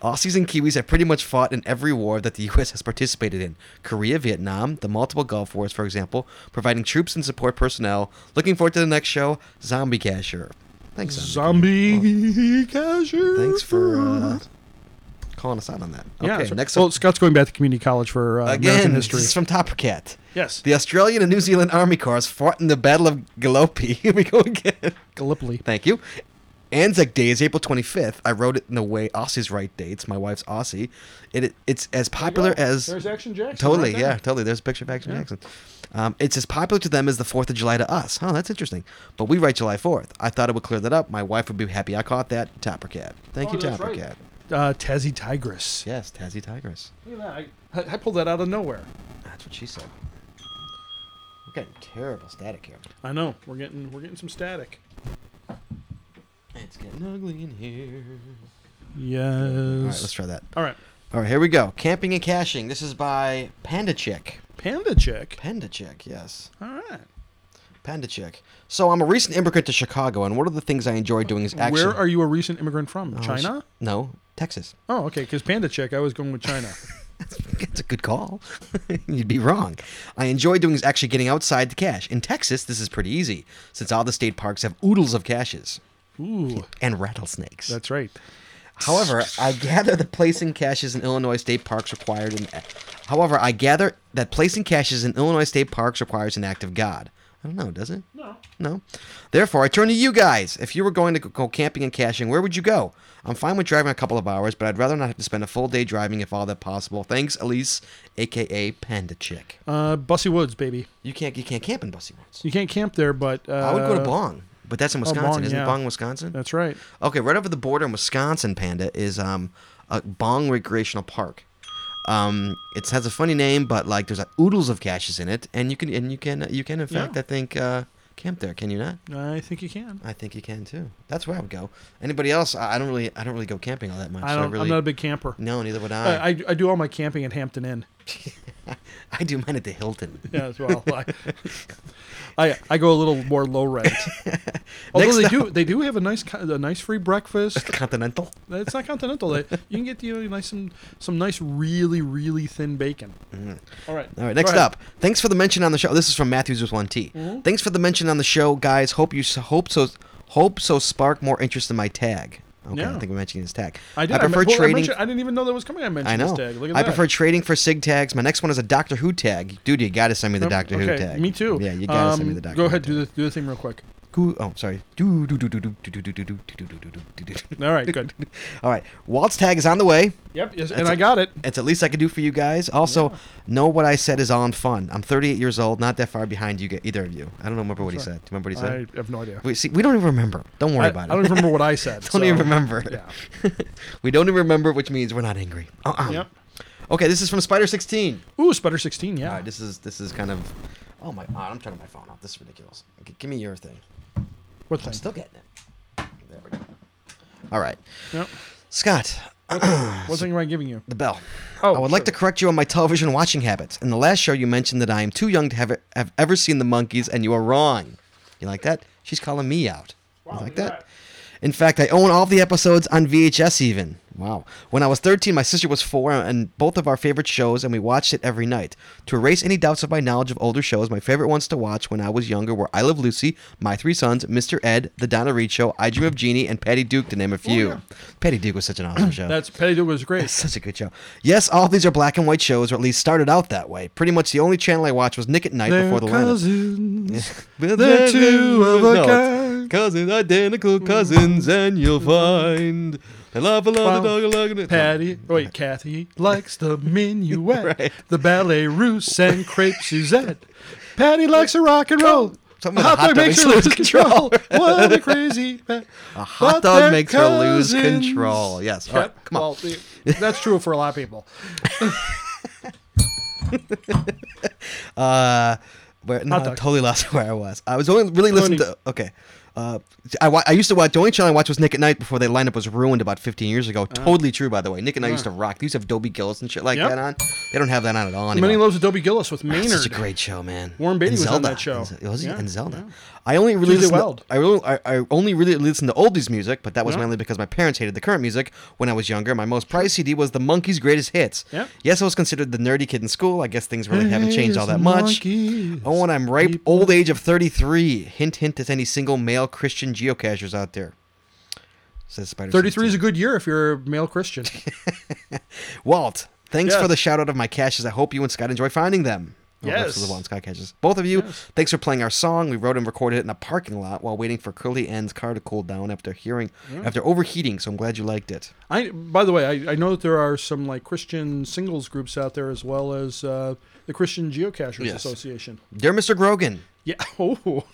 A: Aussies and Kiwis have pretty much fought in every war that the U.S. has participated in Korea, Vietnam, the multiple Gulf Wars, for example, providing troops and support personnel. Looking forward to the next show, Zombie Casher. Thanks, Zombie.
B: Zombie cashier.
A: Casher. Thanks for uh, calling us out on that. Okay,
B: Yeah, that's right.
A: next
B: well,
A: up.
B: Scott's going back to community college for uh,
A: Again,
B: American
A: this
B: history.
A: is from Topper Cat.
B: yes,
A: The Australian and New Zealand Army Corps fought in the Battle of Gallipoli. Here we go again.
B: Gallipoli.
A: Thank you. Anzac Day is April 25th. I wrote it in the way Aussie's right dates. My wife's Aussie. It, it's as popular as
B: there's Action Jackson.
A: totally,
B: right there.
A: yeah, totally. There's a picture of Action
B: Yeah.
A: Jackson. Um, it's as popular to them as the Fourth of July to us. Huh, that's interesting. But we write July 4th. I thought it would clear that up. My wife would be happy. I caught that. Topper Cat. Thank
B: Oh,
A: you,
B: that's
A: Topper
B: right.
A: Cat.
B: Uh, Tassie Tigress.
A: Yes, Tassie Tigress.
B: Look at that. I, I pulled that out of nowhere.
A: That's what she said. We're getting terrible static here.
B: I know. We're getting we're getting some static.
A: It's getting ugly in here.
B: Yes.
A: All right, let's try that.
B: All right.
A: All right, here we go. Camping and caching. This is by Panda Chick.
B: Panda chick.
A: Panda Chick, yes.
B: All right.
A: Panda Chick. So I'm a recent immigrant to Chicago, and one of the things I enjoy doing is action.
B: Where are you a recent immigrant from?
A: Oh,
B: China?
A: sh- No, Texas.
B: Oh, okay. Because Panda chick, I was going with China.
A: That's, that's a good call. You'd be wrong. I enjoy doing is actually getting outside to cache. In Texas, this is pretty easy since all the state parks have oodles of caches
B: Ooh,
A: and rattlesnakes.
B: that's right.
A: However, I gather that placing caches in Illinois state parks required an. However, I gather that placing caches in Illinois state parks requires an act of God. I don't know, does it? No. No. Therefore, I turn to you guys. If you were going to go camping and caching, where would you go? I'm fine with driving a couple of hours, but I'd rather not have to spend a full day driving if all that possible. Thanks, Elise, aka Panda Chick.
B: Uh, Bussy Woods, baby.
A: You can't you can't camp in Bussy Woods.
B: You can't camp there, but uh, oh,
A: I would go to Bong, but that's in Wisconsin,
B: Bong,
A: isn't
B: yeah.
A: Bong, Wisconsin?
B: That's right.
A: Okay, right over the border in Wisconsin, Panda is um, a Bong Recreational Park. Um, it has a funny name, but like there's like, oodles of caches in it, and you can and you can you can in fact
B: Yeah.
A: I think uh, camp there. Can you not?
B: I think you can.
A: I think you can too. That's where I would go. Anybody else? I I don't really I don't really go camping all that much.
B: I
A: so
B: don't.
A: really,
B: I'm not a big camper.
A: no, neither would I.
B: I, I, I do all my camping at Hampton Inn.
A: I do mine at the Hilton.
B: Yeah, as well. I, I I go a little more low rent. Although
A: Next
B: they do they do have a nice co- a nice free breakfast.
A: Continental.
B: It's not continental. They, you can get you know, nice some some nice really really thin bacon. All right.
A: Mm-hmm. All right,
B: go
A: next
B: ahead.
A: up. Thanks for the mention on the show. This is from Matthews with one T. Thanks for the mention on the show, guys. Hope you hope so hope so spark more interest in my tag. Okay, I
B: Yeah.
A: don't think we mentioned his tag.
B: I did.
A: I prefer
B: meant- well,
A: trading.
B: mentioned- I, didn't even know that was coming. I mentioned
A: I know.
B: this tag. Look at
A: I
B: that.
A: prefer trading for sig tags. My next one is a Doctor Who tag. Dude, you gotta send me the
B: Nope,
A: Doctor Who
B: okay,
A: tag.
B: Me too.
A: Yeah, you gotta send me
B: Um,
A: the Doctor.
B: Go
A: Who
B: ahead.
A: tag.
B: Do the do the thing real quick.
A: Goo- Oh, sorry. Do do do do do do do do do do do do do do do.
B: All right. Good.
A: All right, Walt's tag is on the way.
B: Yep. Yes, and
A: That's
B: I
A: it.
B: got it.
A: It's at least I can do for you guys. Also, know what I said is all in fun. I'm 38 years old, not that far behind you, g- either of you. I don't remember what he
B: That's
A: said. Do you remember what he said?
B: I have no idea.
A: We see, we don't even remember. Don't worry
B: I,
A: about
B: I don't
A: it.
B: even remember what I said.
A: don't even
B: so-
A: remember.
B: Yeah.
A: we don't even remember, which means we're not angry. Uh-uh.
B: Yep.
A: Okay, this is from Spider 16.
B: Ooh, Sputter 16. Yeah.
A: All right, this is this is kind of. Oh my god, I'm turning my phone off. This is ridiculous. G- give me your thing.
B: What
A: I'm
B: thing?
A: still getting it. There we go. All right,
B: Yep.
A: Scott,
B: What thing am I giving you?
A: the bell.
B: Oh,
A: I would like
B: sure.
A: to correct you on my television watching habits. In the last show, you mentioned that I am too young to have have ever seen the monkeys, and you are wrong. You like that? She's calling me out.
B: Wow,
A: you like
B: look at
A: that? In fact, I own all the episodes on VHS. Even wow. When I was 13, my sister was four, and both of our favorite shows, and we watched it every night. To erase any doubts of my knowledge of older shows, my favorite ones to watch when I was younger were I Love Lucy, My Three Sons, Mr. Ed, The Donna Reed Show, I Dream of Jeannie, and Patty Duke, to name a
B: Oh,
A: few. Patty Duke was such an awesome show.
B: That's Petty Duke was
A: It's
B: great.
A: such a good show. Yes, all these are black and white shows, or at least started out that way. Pretty much the only channel I watched was Nick at Night
B: They're
A: before the lineup.
B: cousins.
A: But
B: They're
A: then-
B: two of a
A: it's
B: kind. Mm.
A: Cousins, identical cousins, and you'll find. I love, I love the
B: Well,
A: dog, I love it.
B: Patty, wait, Kathy likes the minuet,
A: Right.
B: the ballet russe, and crepe Suzette. Patty likes to rock and roll.
A: Something with a hot dog
B: makes her
A: makes
B: lose control. what a crazy. A
A: Hot dog makes her lose control. Yes. All right, come on.
B: Well, that's true for a lot of people.
A: Uh, where, no, I
B: dog.
A: totally lost where I was. I was only really listening
B: Tony.
A: to. Okay. Uh, I, wa- I used to watch the only channel I watched was Nick at Night before their lineup was ruined about 15 years
B: Uh.
A: ago. totally true, by the way. Nick and I used to rock. They used to have Dobie Gillis and shit like
B: Yep.
A: that on. They don't have that on at all anymore.
B: Many loves Adobe Gillis with Maynard.
A: Such a great show, man.
B: Warren Beatty
A: And
B: was on
A: Zelda.
B: that show.
A: And Ze- was he?
B: Yeah,
A: And Zelda. I only really
B: Tuesday
A: listened
B: Weld.
A: To, I, really, I, I only really listened to oldies music, but that was
B: Yeah.
A: mainly because my parents hated the current music when I was younger. My most prized CD was the Monkeys' Greatest Hits.
B: Yeah.
A: Yes, I was considered the nerdy kid in school. I guess things really haven't changed all that much.
B: Monkeys.
A: Oh, and I'm ripe old age of 33. Hint, hint to any single male Christian geocachers out there. Says Spider.
B: 33 is a good year if you're a male Christian.
A: Walt, thanks
B: Yes.
A: for the shout out of my caches. I hope you and Scott enjoy finding them. Oh, that's
B: Yes.
A: the Walt and Scott caches. Both of you, thanks for playing our song. We wrote and recorded it in a parking lot while waiting for Curly End's car to cool down after hearing after overheating. So I'm glad you liked it.
B: I, by the way, I, I know that there are some like Christian singles groups out there as well as uh, the Christian Geocachers
A: Yes.
B: Association.
A: Dear Mr. Grogan,
B: Yeah. Oh.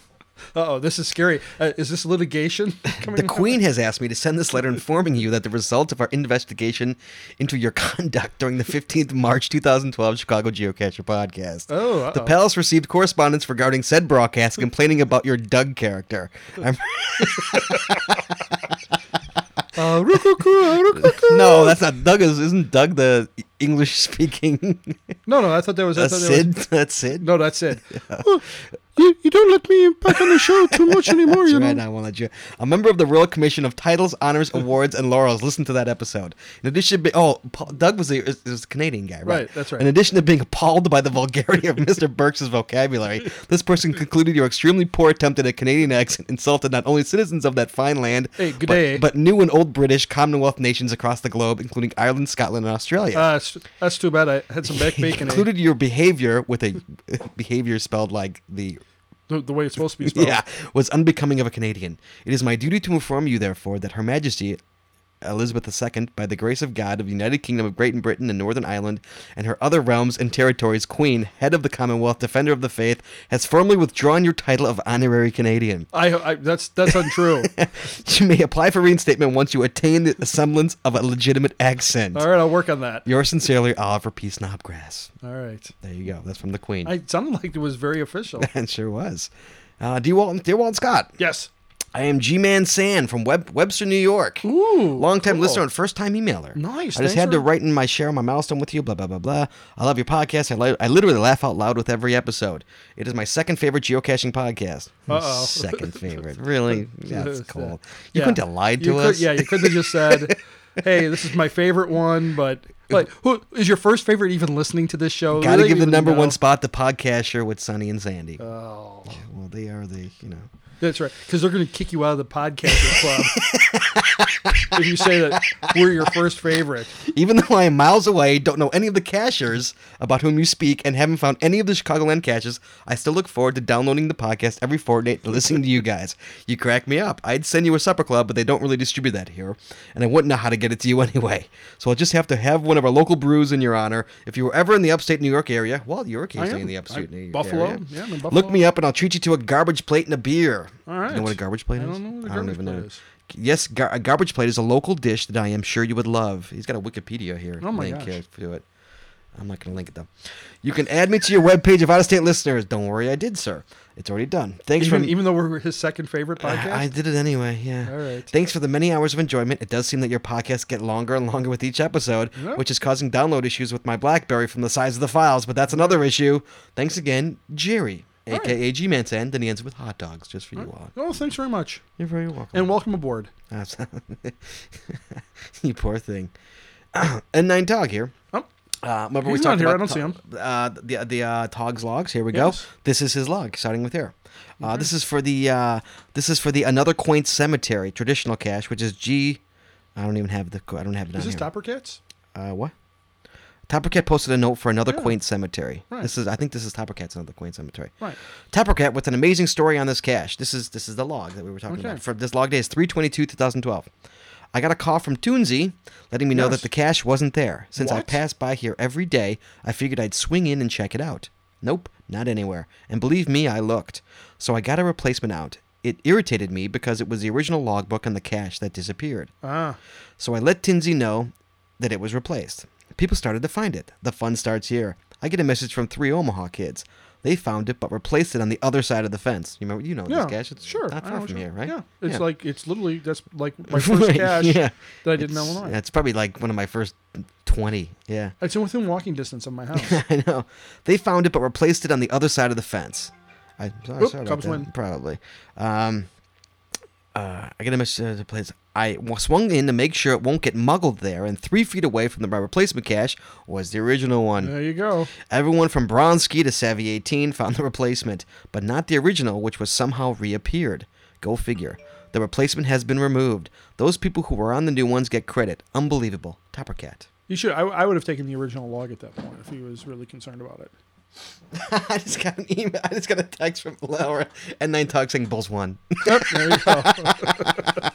B: Oh, this is scary. Uh, is this litigation coming?
A: the Queen has asked me to send this letter informing you that the results of our investigation into your conduct during the 15th March 2012 Chicago Geocacher podcast.
B: Oh, uh-oh.
A: The Palace received correspondence regarding said broadcast complaining about your Doug character. I'm-
B: Uh, rukuku, rukuku.
A: no, that's not Doug. Is, isn't Doug the English speaking
B: no, no, I thought that was. I
A: uh,
B: thought that was
A: Sid? That's Sid.
B: no, that's it. Oh, You, you don't let me back on the show too much anymore,
A: That's
B: you
A: right,
B: know.
A: I won't let you. A member of the Royal Commission of Titles, Honors, Awards, and Laurels. Listen to that episode. In addition to be, oh, Paul, Doug was the is, is the Canadian guy, right?
B: Right, that's right.
A: In addition to being appalled by the vulgarity of Mr. Burks' vocabulary, this person concluded your extremely poor attempt at a Canadian accent insulted not only citizens of that fine land,
B: Hey, good
A: but-
B: day.
A: But, new and old British Commonwealth nations across the globe, including Ireland, Scotland, and Australia.
B: Uh, s- that's too bad. I had some back
A: he
B: bacon. eh?
A: concluded your behavior with a behavior spelled like the
B: the, the way it's supposed to be spelled.
A: yeah, was unbecoming of a Canadian. It is my duty to inform you, therefore, that Her Majesty Elizabeth II, by the grace of God, of the United Kingdom of Great Britain and Northern Ireland, and her other realms and territories, Queen, head of the Commonwealth, defender of the faith, has firmly withdrawn your title of honorary Canadian.
B: I, I that's that's untrue.
A: You may apply for reinstatement once you attain the semblance of a legitimate accent.
B: All right, I'll work on that.
A: Yours sincerely, Oliver P. Snobgrass.
B: All right.
A: There you go. That's from the Queen.
B: I it sounded like it was very official.
A: and sure was. Uh, D. Walton, dear Walton Scott.
B: yes.
A: I am G Man San from Web- Webster, New York.
B: Ooh.
A: Long time
B: cool.
A: listener and first time emailer.
B: Nice,
A: I just
B: thanks
A: had to
B: for-
A: write in my share of my milestone with you, blah, blah, blah, blah. I love your podcast. I, li- I literally laugh out loud with every episode. It is my second favorite geocaching podcast.
B: Uh-oh.
A: Second favorite. Really? That's cool. You
B: Yeah.
A: couldn't have lied to
B: You could-
A: us.
B: yeah, you could have just said, "Hey, this is my favorite one," but like, who is your first favorite? Even listening to this show,
A: Gotta
B: Really?
A: give the
B: Even
A: number
B: know?
A: one spot to Podcasher with Sonny and Sandy.
B: Oh,
A: well, they are the, you know.
B: that's right, because they're going to kick you out of the podcasting club if you say that we're your first favorite.
A: Even though I am miles away, don't know any of the cashers about whom you speak, and haven't found any of the Chicagoland caches, I still look forward to downloading the podcast every fortnight and listening to you guys. You crack me up. I'd send you a supper club, but they don't really distribute that here, and I wouldn't know how to get it to you anyway. So I'll just have to have one of our local brews in your honor. If you were ever in the upstate New York area, well, you're occasionally
B: am.
A: in the upstate
B: I-
A: New York
B: Buffalo?
A: area.
B: Yeah, I'm in Buffalo.
A: Look me up, and I'll treat you to a garbage plate and a beer.
B: All
A: You know
B: right.
A: what a garbage plate
B: I
A: is?
B: don't know what a garbage plate is.
A: Yes, gar- a garbage plate is a local dish that I am sure you would love. He's got a Wikipedia here
B: Oh my
A: link
B: gosh.
A: here to it. I'm not going to link it though. You can add me to your webpage of out of state listeners. Don't worry, I did, sir. It's already done. Thanks
B: Even,
A: for
B: even though we're his second favorite podcast,
A: I did it anyway. Yeah.
B: All right.
A: Thanks for the many hours of enjoyment. It does seem that your podcasts get longer and longer with each episode,
B: Yeah.
A: which is causing download issues with my BlackBerry from the size of the files. But that's another issue. Thanks again, Jerry,
B: right.
A: aka G Mansan. Then he ends it with hot dogs, just for you all.
B: oh, thanks very much,
A: You're very welcome.
B: and welcome aboard.
A: That's- you poor thing. and nine tog here.
B: Oh,
A: Uh, remember
B: He's
A: we talked
B: not here,
A: About
B: I don't see him.
A: Uh, the the uh, Tog's logs. Here we
B: Yes.
A: go. This is his log, starting with here. Uh, This is for the uh, this is for the another quaint cemetery traditional cache, which is G. I don't even have the I don't have it on
B: is this
A: here.
B: Topper Cats?
A: Uh, what? Toppercat posted a note for another
B: Yeah.
A: quaint cemetery.
B: Right.
A: This is I think this is Toppercat's another quaint cemetery.
B: Right.
A: Toppercat with an amazing story on this cache. This is this is the log that we were talking
B: Okay.
A: about. For this log day is 322 2012. I got a call from Toonsy letting me know
B: Yes.
A: that the cache wasn't there. Since I
B: What?
A: pass by here every day, I figured I'd swing in and check it out. Nope, not anywhere. And believe me, I looked. So I got a replacement out. It irritated me because it was the original logbook on the cache that disappeared.
B: Ah,
A: So I let Tinsy know that it was replaced. People started to find it. The fun starts here. I get a message from three Omaha kids. They found it but replaced it on the other side of the fence. You remember, you know
B: yeah,
A: this cache. It's
B: sure.
A: not far
B: I know
A: from
B: what
A: here,
B: you-
A: right?
B: Yeah, it's
A: Yeah.
B: like it's literally that's like my first
A: Right,
B: cache
A: yeah.
B: that I did in
A: It's-
B: Illinois.
A: That's probably like one of my first twenty. Yeah.
B: It's within walking distance of my house.
A: I know. They found it but replaced it on the other side of the fence. I sorry,
B: Oop,
A: sorry about
B: Cubs
A: that,
B: win.
A: Probably. Um, uh, I got a message to the place. I wa- swung in to make sure it won't get muggled there, and three feet away from the my replacement cache was the original one.
B: there you go.
A: Everyone from Bronski to Savvy 18 found the replacement, but not the original, which was somehow reappeared. Go figure. The replacement has been removed. Those people who were on the new ones get credit. Unbelievable. Topper Cat.
B: You should. I, I would have taken the original log at that point if he was really concerned about it.
A: I just got an email. I just got a text from Laura and Nine Talk saying Bulls won.
B: Yep, there you go.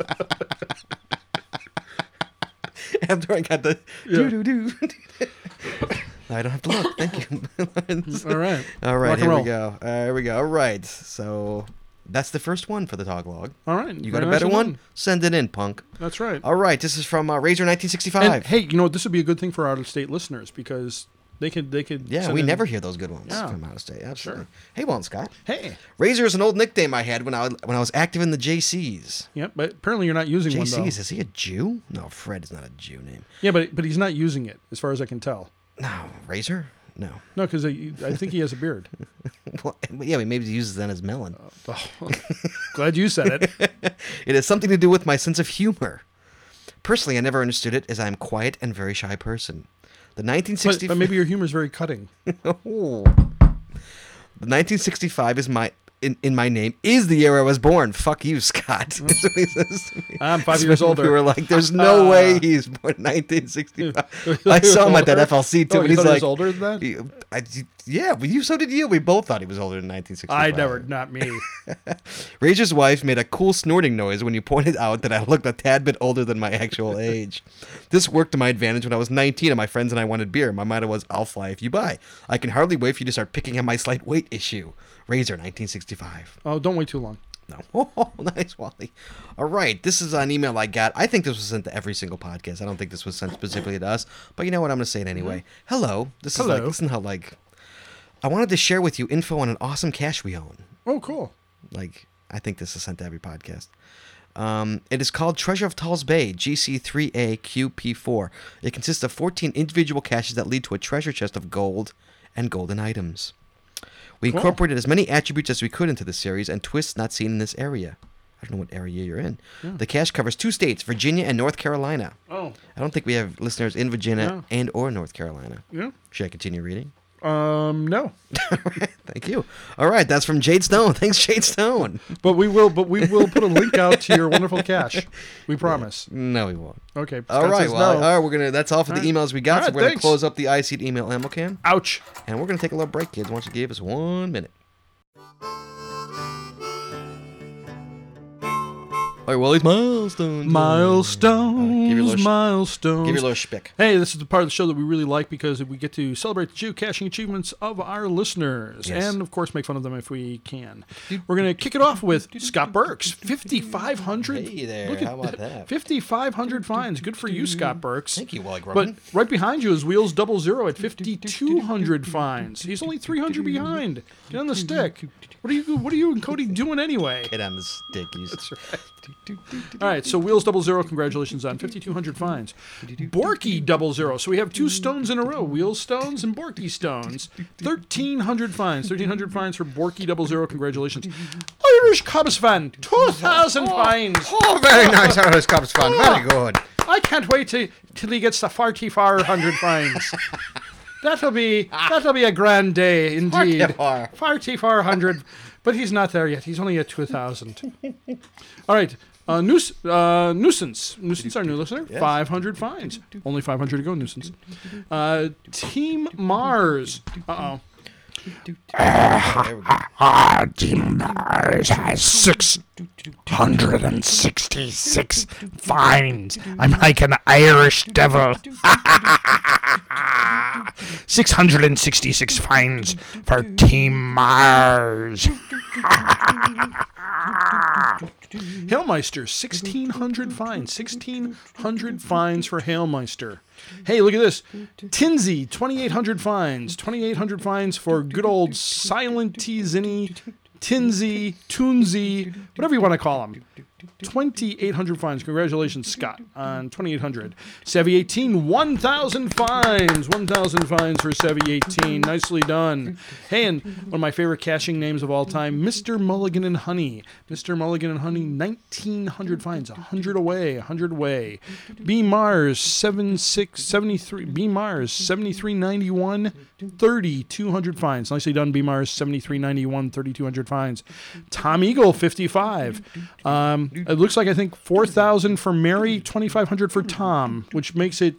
A: After I got the
B: Yeah.
A: doo doo doo. I don't have to look. Thank you.
B: All right.
A: All right,
B: Rock and
A: here we
B: roll.
A: go. Uh, here we go. All right, so that's the first one for the Tog Log.
B: All right.
A: You got
B: very
A: a
B: nice
A: better one?
B: done.
A: Send it in, punk.
B: That's right.
A: All right, this is from uh, Razor 1965.
B: and hey, you know what? this would be a good thing for out of state listeners because they could they could.
A: yeah,
B: send
A: we
B: in-
A: never hear those good ones
B: Yeah.
A: from out of state. Absolutely. Hey, Walton Scott.
B: Hey.
A: Razor is an old nickname I had when I when I was active in the JCs.
B: Yep, but apparently you're not using one
A: JCs
B: though.
A: is he a Jew? No, Fred is not a Jew name.
B: Yeah, but but he's not using it as far as I can tell.
A: No, Razor. No.
B: No, because I, I think he has a beard.
A: Well, yeah, but maybe he uses that as melon.
B: Oh, glad you said it.
A: It has something to do with my sense of humor. Personally, I never understood it as I am quiet and very shy person. The
B: But,
A: 1960
B: but maybe your humor is very cutting.
A: Oh. The 1965 is my in, in my name is the year I was born. Fuck you, Scott. That's what he says to me.
B: I'm five
A: So
B: years
A: We were
B: older. Ah.
A: like, "There's no way he's born in 1965." I saw him at that FLC too,
B: Oh,
A: and
B: you
A: he's
B: thought he was
A: like,
B: older than that?
A: he- I, "Yeah, well, you so did you. We both thought he was older than 1965."
B: I never, not me.
A: Rachel's wife made a cool snorting noise when you pointed out that I looked a tad bit older than my actual age. This worked to my advantage when I was 19 and my friends and I wanted beer. My motto was, I'll fly if you buy. I can hardly wait for you to start picking on my slight weight issue. Razor, 1965.
B: Oh, don't wait too long.
A: No. Oh, nice, Wally. All right. This is an email I got. I think this was sent to every single podcast. I don't think this was sent specifically to us, but you know what? I'm going to say it anyway. Hello. This is like,
B: Hello.
A: listen how, like, I wanted to share with you info on an awesome cash we own.
B: Oh, cool.
A: Like, I think this is sent to every podcast. Um, it is called Treasure of Tulls Bay, GC3AQP4. It consists of 14 individual caches that lead to a treasure chest of gold and golden items. We
B: Cool.
A: incorporated as many attributes as we could into the series and twists not seen in this area. I don't know what area you're in. The cache covers two states, Virginia and North Carolina.
B: Oh,
A: I don't think we have listeners in Virginia
B: No.
A: and or North Carolina.
B: yeah.
A: Should I continue reading?
B: Um, no.
A: Thank you. All right, that's from Jade Stone. Thanks, Jade Stone.
B: But we will. But we will put a link out to your wonderful cache. We promise.
A: No, we won't.
B: Okay.
A: All
B: Scott
A: right,
B: says
A: well,
B: no.
A: all right, we're gonna. That's all for the
B: All right.
A: emails we got.
B: All
A: so
B: right,
A: we're gonna
B: thanks.
A: close up the iCeed email ammo can,
B: Ouch.
A: and we're gonna take a little break, kids. Why don't you give us one minute? All right, Wally's milestone.
B: Milestones.
A: Give your little sh-
B: milestones.
A: Give your little spick.
B: Hey, this is the part of the show that we really like because we get to celebrate the geocaching achievements of our listeners
A: Yes.
B: and, of course, make fun of them if we can. We're going to kick it off with Scott Burks, 5,500.
A: Hey there,
B: Look at-
A: how about that?
B: 5,500 finds. Good for you, Scott Burks.
A: Thank you, Wally Grubbin.
B: But right behind you is Wheels Double Zero at 5,200 finds. He's only 300 behind. Get on the stick. What are you, what are you and Cody doing anyway?
A: Get on the stickies. That's
B: All right, so Wheels Double Zero, congratulations on 5,200 finds. Borky Double Zero, so we have two stones in a row, Wheels Stones and Borky Stones. 1,300 finds, 1,300 finds for Borky Double Zero, congratulations. Irish Cubs fan, 2,000 finds.
A: Oh, very nice. How this comes fun. Very good.
B: I can't wait to, till he gets to 4,400 finds. That'll be that'll be a grand day indeed.
A: 44.
B: 4,400, but he's not there yet. He's only at 2,000. All right. Uh, nuis- uh, nuisance. Nuisance, our new listener. 500 fines. Only 500 to go, nuisance. Uh, Team Mars. Uh oh.
A: There we go.
C: Our team Mars has 666 fines. I'm like an Irish devil. 666 fines for Team Mars.
B: Hailmeister, 1,600 fines. 1,600 fines for Hailmeister. Hey, look at this. Tinsy, 2,800 fines. 2,800 fines for good old Silent T Zinny, Tinsy, Toonsy, whatever you want to call him. 2,800 fines. Congratulations, Scott, on 2,800. Sevi 18, 1,000 fines. 1,000 fines for Sevi 18. Nicely done. Hey, and one of my favorite caching names of all time, Mr. Mulligan and Honey. Mr. Mulligan and Honey, 1,900 fines. 100 away, 100 away. B Mars, 7673. B Mars, 7391, 3,200 fines. Nicely done, B Mars, 7391, 3,200 fines. Tom Eagle, 55. Um, it looks like I think four thousand for Mary, twenty five hundred for Tom, which makes it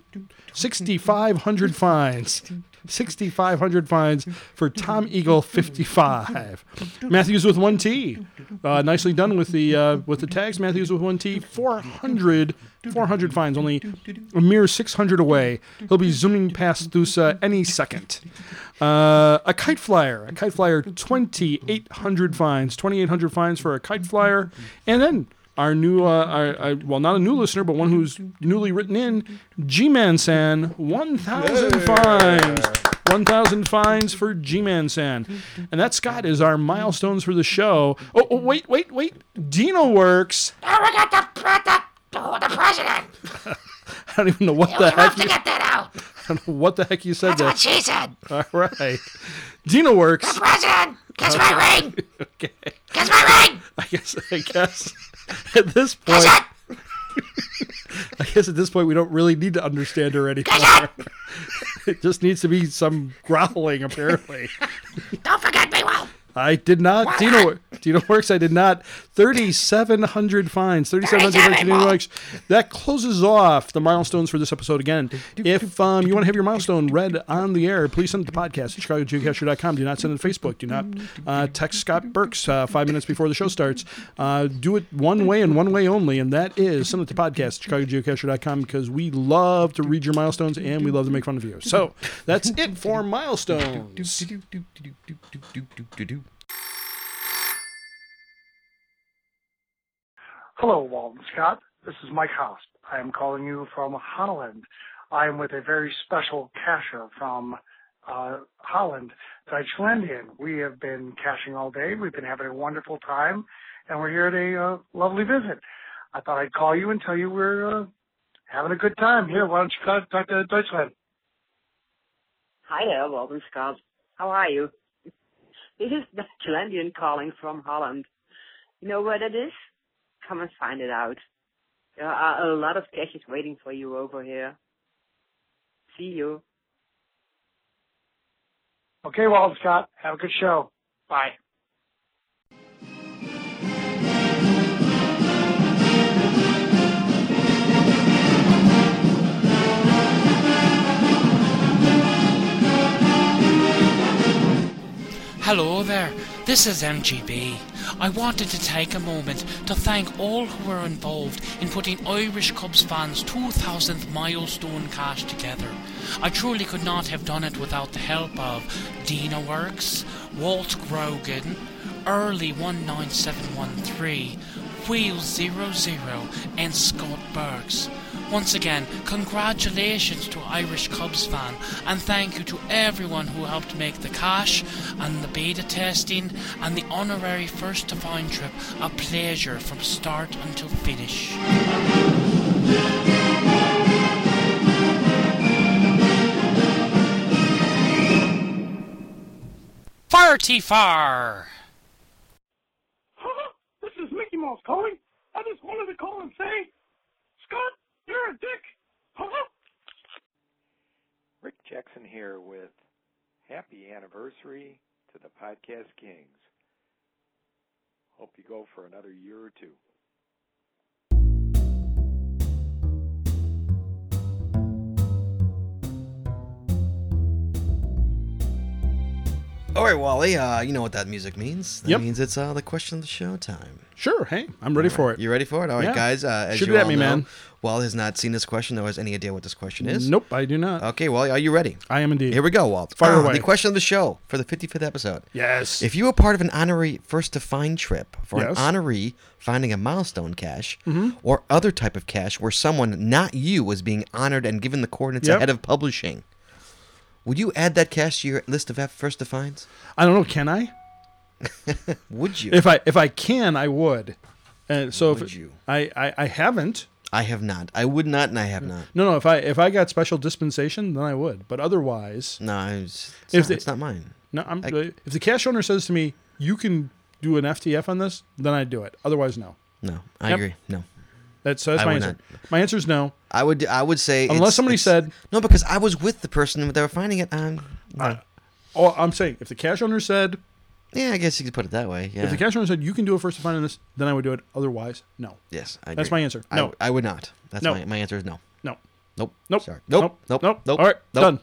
B: sixty five hundred fines. Sixty five hundred fines for Tom Eagle, fifty five. Matthews with one T, uh, nicely done with the uh, with the tags. Matthews with one T, 400, 400 fines, only a mere six hundred away. He'll be zooming past Thusa any second. Uh, a kite flyer, a kite flyer, 2,800 fines, 2,800 fines for a kite flyer. And then our new, uh, our, our, well, not a new listener, but one who's newly written in, G-Man San, 1,000 fines. 1,000 fines for G-Man San. And that, Scott, is our milestones for the show. Oh, oh wait, wait, wait. Dino Works.
D: Now we got the, pre- the, oh, the president.
B: I don't even know what
D: We
B: the
D: have
B: heck.
D: to get that out.
B: don't know what the heck you said
D: That's
B: there.
D: what she said.
B: All right. DinoWorks.
D: President, kiss my ring. Kiss my ring.
B: I guess. I guess. At this point,
D: Kiss it.
B: I guess at this point we don't really need to understand her anymore. it just needs to be some growling, apparantly.
D: Don't forget me, Will.
B: I did not. Dino, Dino Works, I did not. 3,700 fines, 3,700 fines for Dino Works. That closes off the milestones for this episode again. If um, you want to have your milestone read on the air, please send it to podcast at chicagojewcatcher.com. Do not send it to Facebook. Do not uh, text Scott Burks uh, five minutes before the show starts. Uh, do it one way and one way only, and that is send it to podcast at chicagojewcatcher.com because we love to read your milestones and we love to make fun of you. So that's it for milestones.
E: Hello, Walton Scott. This is Mike Host. I am calling you from Holland. I am with a very special cacher from uh, Holland, Deutschlandian. We have been caching all day. We've been having a wonderful time, and we're here at a uh, lovely visit. I thought I'd call you and tell you we're uh, having a good time. Here, why don't you go talk to Deutschland?
F: Hi there, Walden Scott. How are you? This is Dutchlandian calling from Holland. You know where that is? Come and find it out. There are a lot of caches waiting for you over here. See you.
E: Okay, Walton Scott. Have a good show. Bye.
G: Hello there, this is MGB. I wanted to take a moment to thank all who were involved in putting Irish Cubs fans' 2000th milestone cash together. I truly could not have done it without the help of Dina Works, Walt Grogan, Early 19713, Wheel 00, and Scott Burks. Once again, congratulations to Irish Cubs fan, and thank you to everyone who helped make the cash and the beta testing and the honorary first to find trip a pleasure from start until finish. Far far!
H: Hello, this is Mickey Mouse calling. I just wanted to call and say, Scott, you're a dick. Hello?
I: Rick Jackson here with happy anniversary to the Podcast Kings. Hope you go for another year or two.
A: All right, Wally. Uh, you know what that music means. That
B: Yep.
A: means it's uh, the question of the show time.
B: Sure, hey, I'm ready for it.
A: You ready for it? All right,
B: Yeah.
A: guys. Uh, as
B: Shoot
A: you
B: it at
A: all
B: me,
A: know,
B: man.
A: Wally has not seen this question, nor has any idea what this question is.
B: Nope, I do not.
A: Uh, Okay, Wally, are you ready?
B: I am indeed.
A: Here we go, Walt.
B: Fire
A: Ah,
B: away.
A: The question of the show for the 55th episode.
B: Yes.
A: If you were part of an honorary first to find trip for
B: Yes. Mm-hmm.
A: an honoree finding a milestone cache or other type of cache where someone, not you, was being honored and given the coordinates
B: Yep.
A: ahead of publishing, would you add that cache to your list of F first to finds?
B: I don't know. Can I?
A: Would you?
B: If I if I can, I would. And so
A: Would
B: if
A: you?
B: I, I I haven't.
A: I have not. I would not, and I have not.
B: No, no. If I if I got special dispensation, then I would. But otherwise,
A: No, it's, it's,
B: If
A: not,
B: the-
A: it's not mine.
B: no. I'm,
A: I-
B: if the cash owner says to me, "You can do an FTF on this," then I do it. Otherwise, no.
A: No, I
B: Yep.
A: agree. No,
B: That's so that's
A: I
B: my
A: would
B: answer. My answer is no.
A: I would. I would say
B: Unless
A: it's-
B: somebody
A: it's-
B: said-
A: no, because I was with the person they were finding it. Um, no.
B: Oh, I'm saying if the cash owner said
A: yeah, I guess you could put it that way. Yeah.
B: if the cash owner said you can do a first to find on this, then I would do it. Otherwise, no.
A: yes, I
B: That's
A: agree.
B: my answer.
A: I
B: No.
A: w- I, would not. That's
B: No.
A: my my answer is no.
B: No.
A: Nope.
B: Nope.
A: Sorry. Nope. Nope. Nope. Nope.
B: All right.
A: Nope.
B: Done.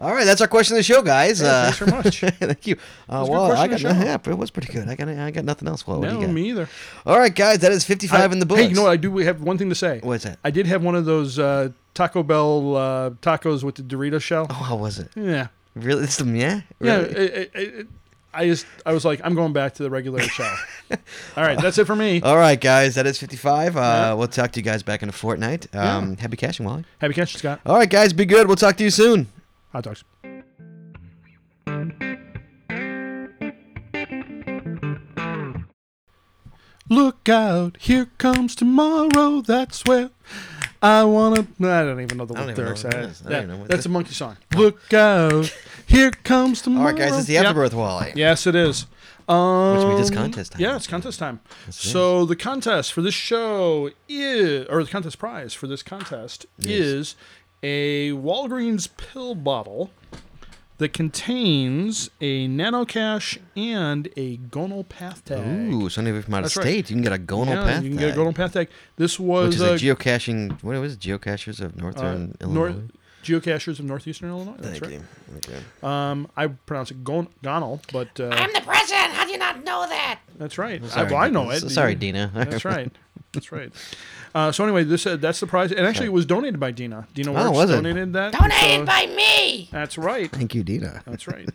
A: All right. That's our question of the show, guys. uh,
B: thanks very much.
A: thank you. Uh,
B: was a good
A: well, I got
B: question of the
A: nothing.
B: show.
A: Yeah, it was pretty good. I got I got nothing else. Well, what do
B: No,
A: you got?
B: me either.
A: All right, guys. That is fifty five
B: I-
A: in the books.
B: Hey, you know what? I do have one thing to say.
A: What's that?
B: I did have one of those uh, Taco Bell uh, tacos with the Dorito shell.
A: Oh, how was it?
B: Yeah,
A: Really? It's the yeah.
B: yeah.
A: Really?
B: it- it- it- I just, I was like, I'm going back to the regular shell. All right, that's it for me.
A: All right, guys. That is fifty five. Uh,
B: Yeah.
A: We'll talk to you guys back in a fortnight. Um, Happy cashing, Wally.
B: Happy catching, Scott.
A: All right, guys. Be good. We'll talk to you soon.
B: Hot dogs. Look out, here comes tomorrow, that's where I wanna. No, I don't even know the
A: I don't even know
B: lyrics.
A: what it
B: I-
A: is. I don't
B: that-
A: even know what
B: that's
A: this-
B: a monkey song. Look out! Here comes tomorrow.
A: All right, guys, it's the
B: Yep.
A: afterbirth Wally.
B: Yes, it is. Um,
A: means it's contest time.
B: Yeah, it's contest time. so the contest for this show is, or the contest prize for this contest is a Walgreens pill bottle that contains a nanocash and a gonal path tag.
A: Ooh, somebody from out of
B: That's right.
A: state, you can get a gonal
B: yeah,
A: path
B: you can get a
A: tag,
B: gonal path tag. This was
A: which is
B: uh,
A: a geocaching. What was it? Geocachers of northern Illinois.
B: North, geocachers of northeastern Illinois. That's
A: Thank
B: right.
A: you. Okay.
B: Um, I pronounce it gon- gonal, but uh,
D: I'm the president. How do you not know that?
B: that's right. I,
A: Sorry,
B: well, I
A: Dina.
B: know it.
A: S- Sorry, Dina.
B: That's right. That's right. Uh, so anyway, this uh, that's the prize, and actually it was donated by Dina. Dina
A: Oh,
B: Works
A: was it?
B: donated that.
D: Donated
B: so-
D: by me.
B: That's right.
A: Thank you, Dina.
B: That's right.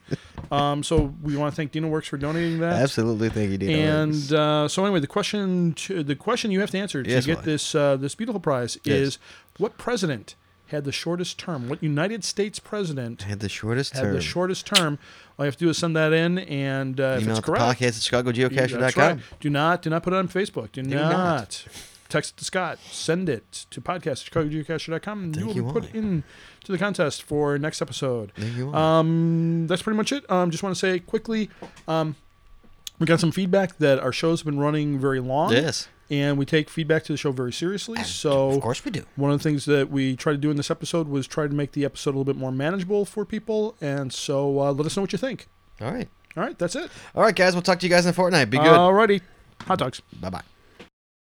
B: Um, so we want to thank Dina Works for donating that.
A: Absolutely, thank you, Dina.
B: And uh, so anyway, the question to, the question you have to answer to
A: Yes,
B: get
A: Wally.
B: this uh, this beautiful prize
A: Yes.
B: is what president had the shortest term? What United States president
A: had the shortest
B: had
A: term.
B: the shortest term? All you have to do is send that in, and uh, if
A: Email
B: it's
A: at the
B: correct,
A: podcast at
B: Yeah, that's
A: chicagogeocacher.com.
B: right. Do not do not put it on Facebook. Do, not.
A: not.
B: Text it to Scott. Send it to podcast chicagogeocacher.com and you will
A: Thank
B: be
A: you,
B: put
A: Wally.
B: in to the contest for next episode.
A: Thank you, Wally.
B: Um, that's pretty much it. Um, just want to say quickly, um, we got some feedback that our show's been running very long.
A: Yes.
B: And we take feedback to the show very seriously. So
A: Of course we do.
B: one of the things that we tried to do in this episode was try to make the episode a little bit more manageable for people. And so uh, let us know what you think.
A: All right.
B: All right, that's it. Um,
A: All right, guys. We'll talk to you guys in a fortnight. Be good.
B: Alrighty. Hot dogs.
A: bye bye.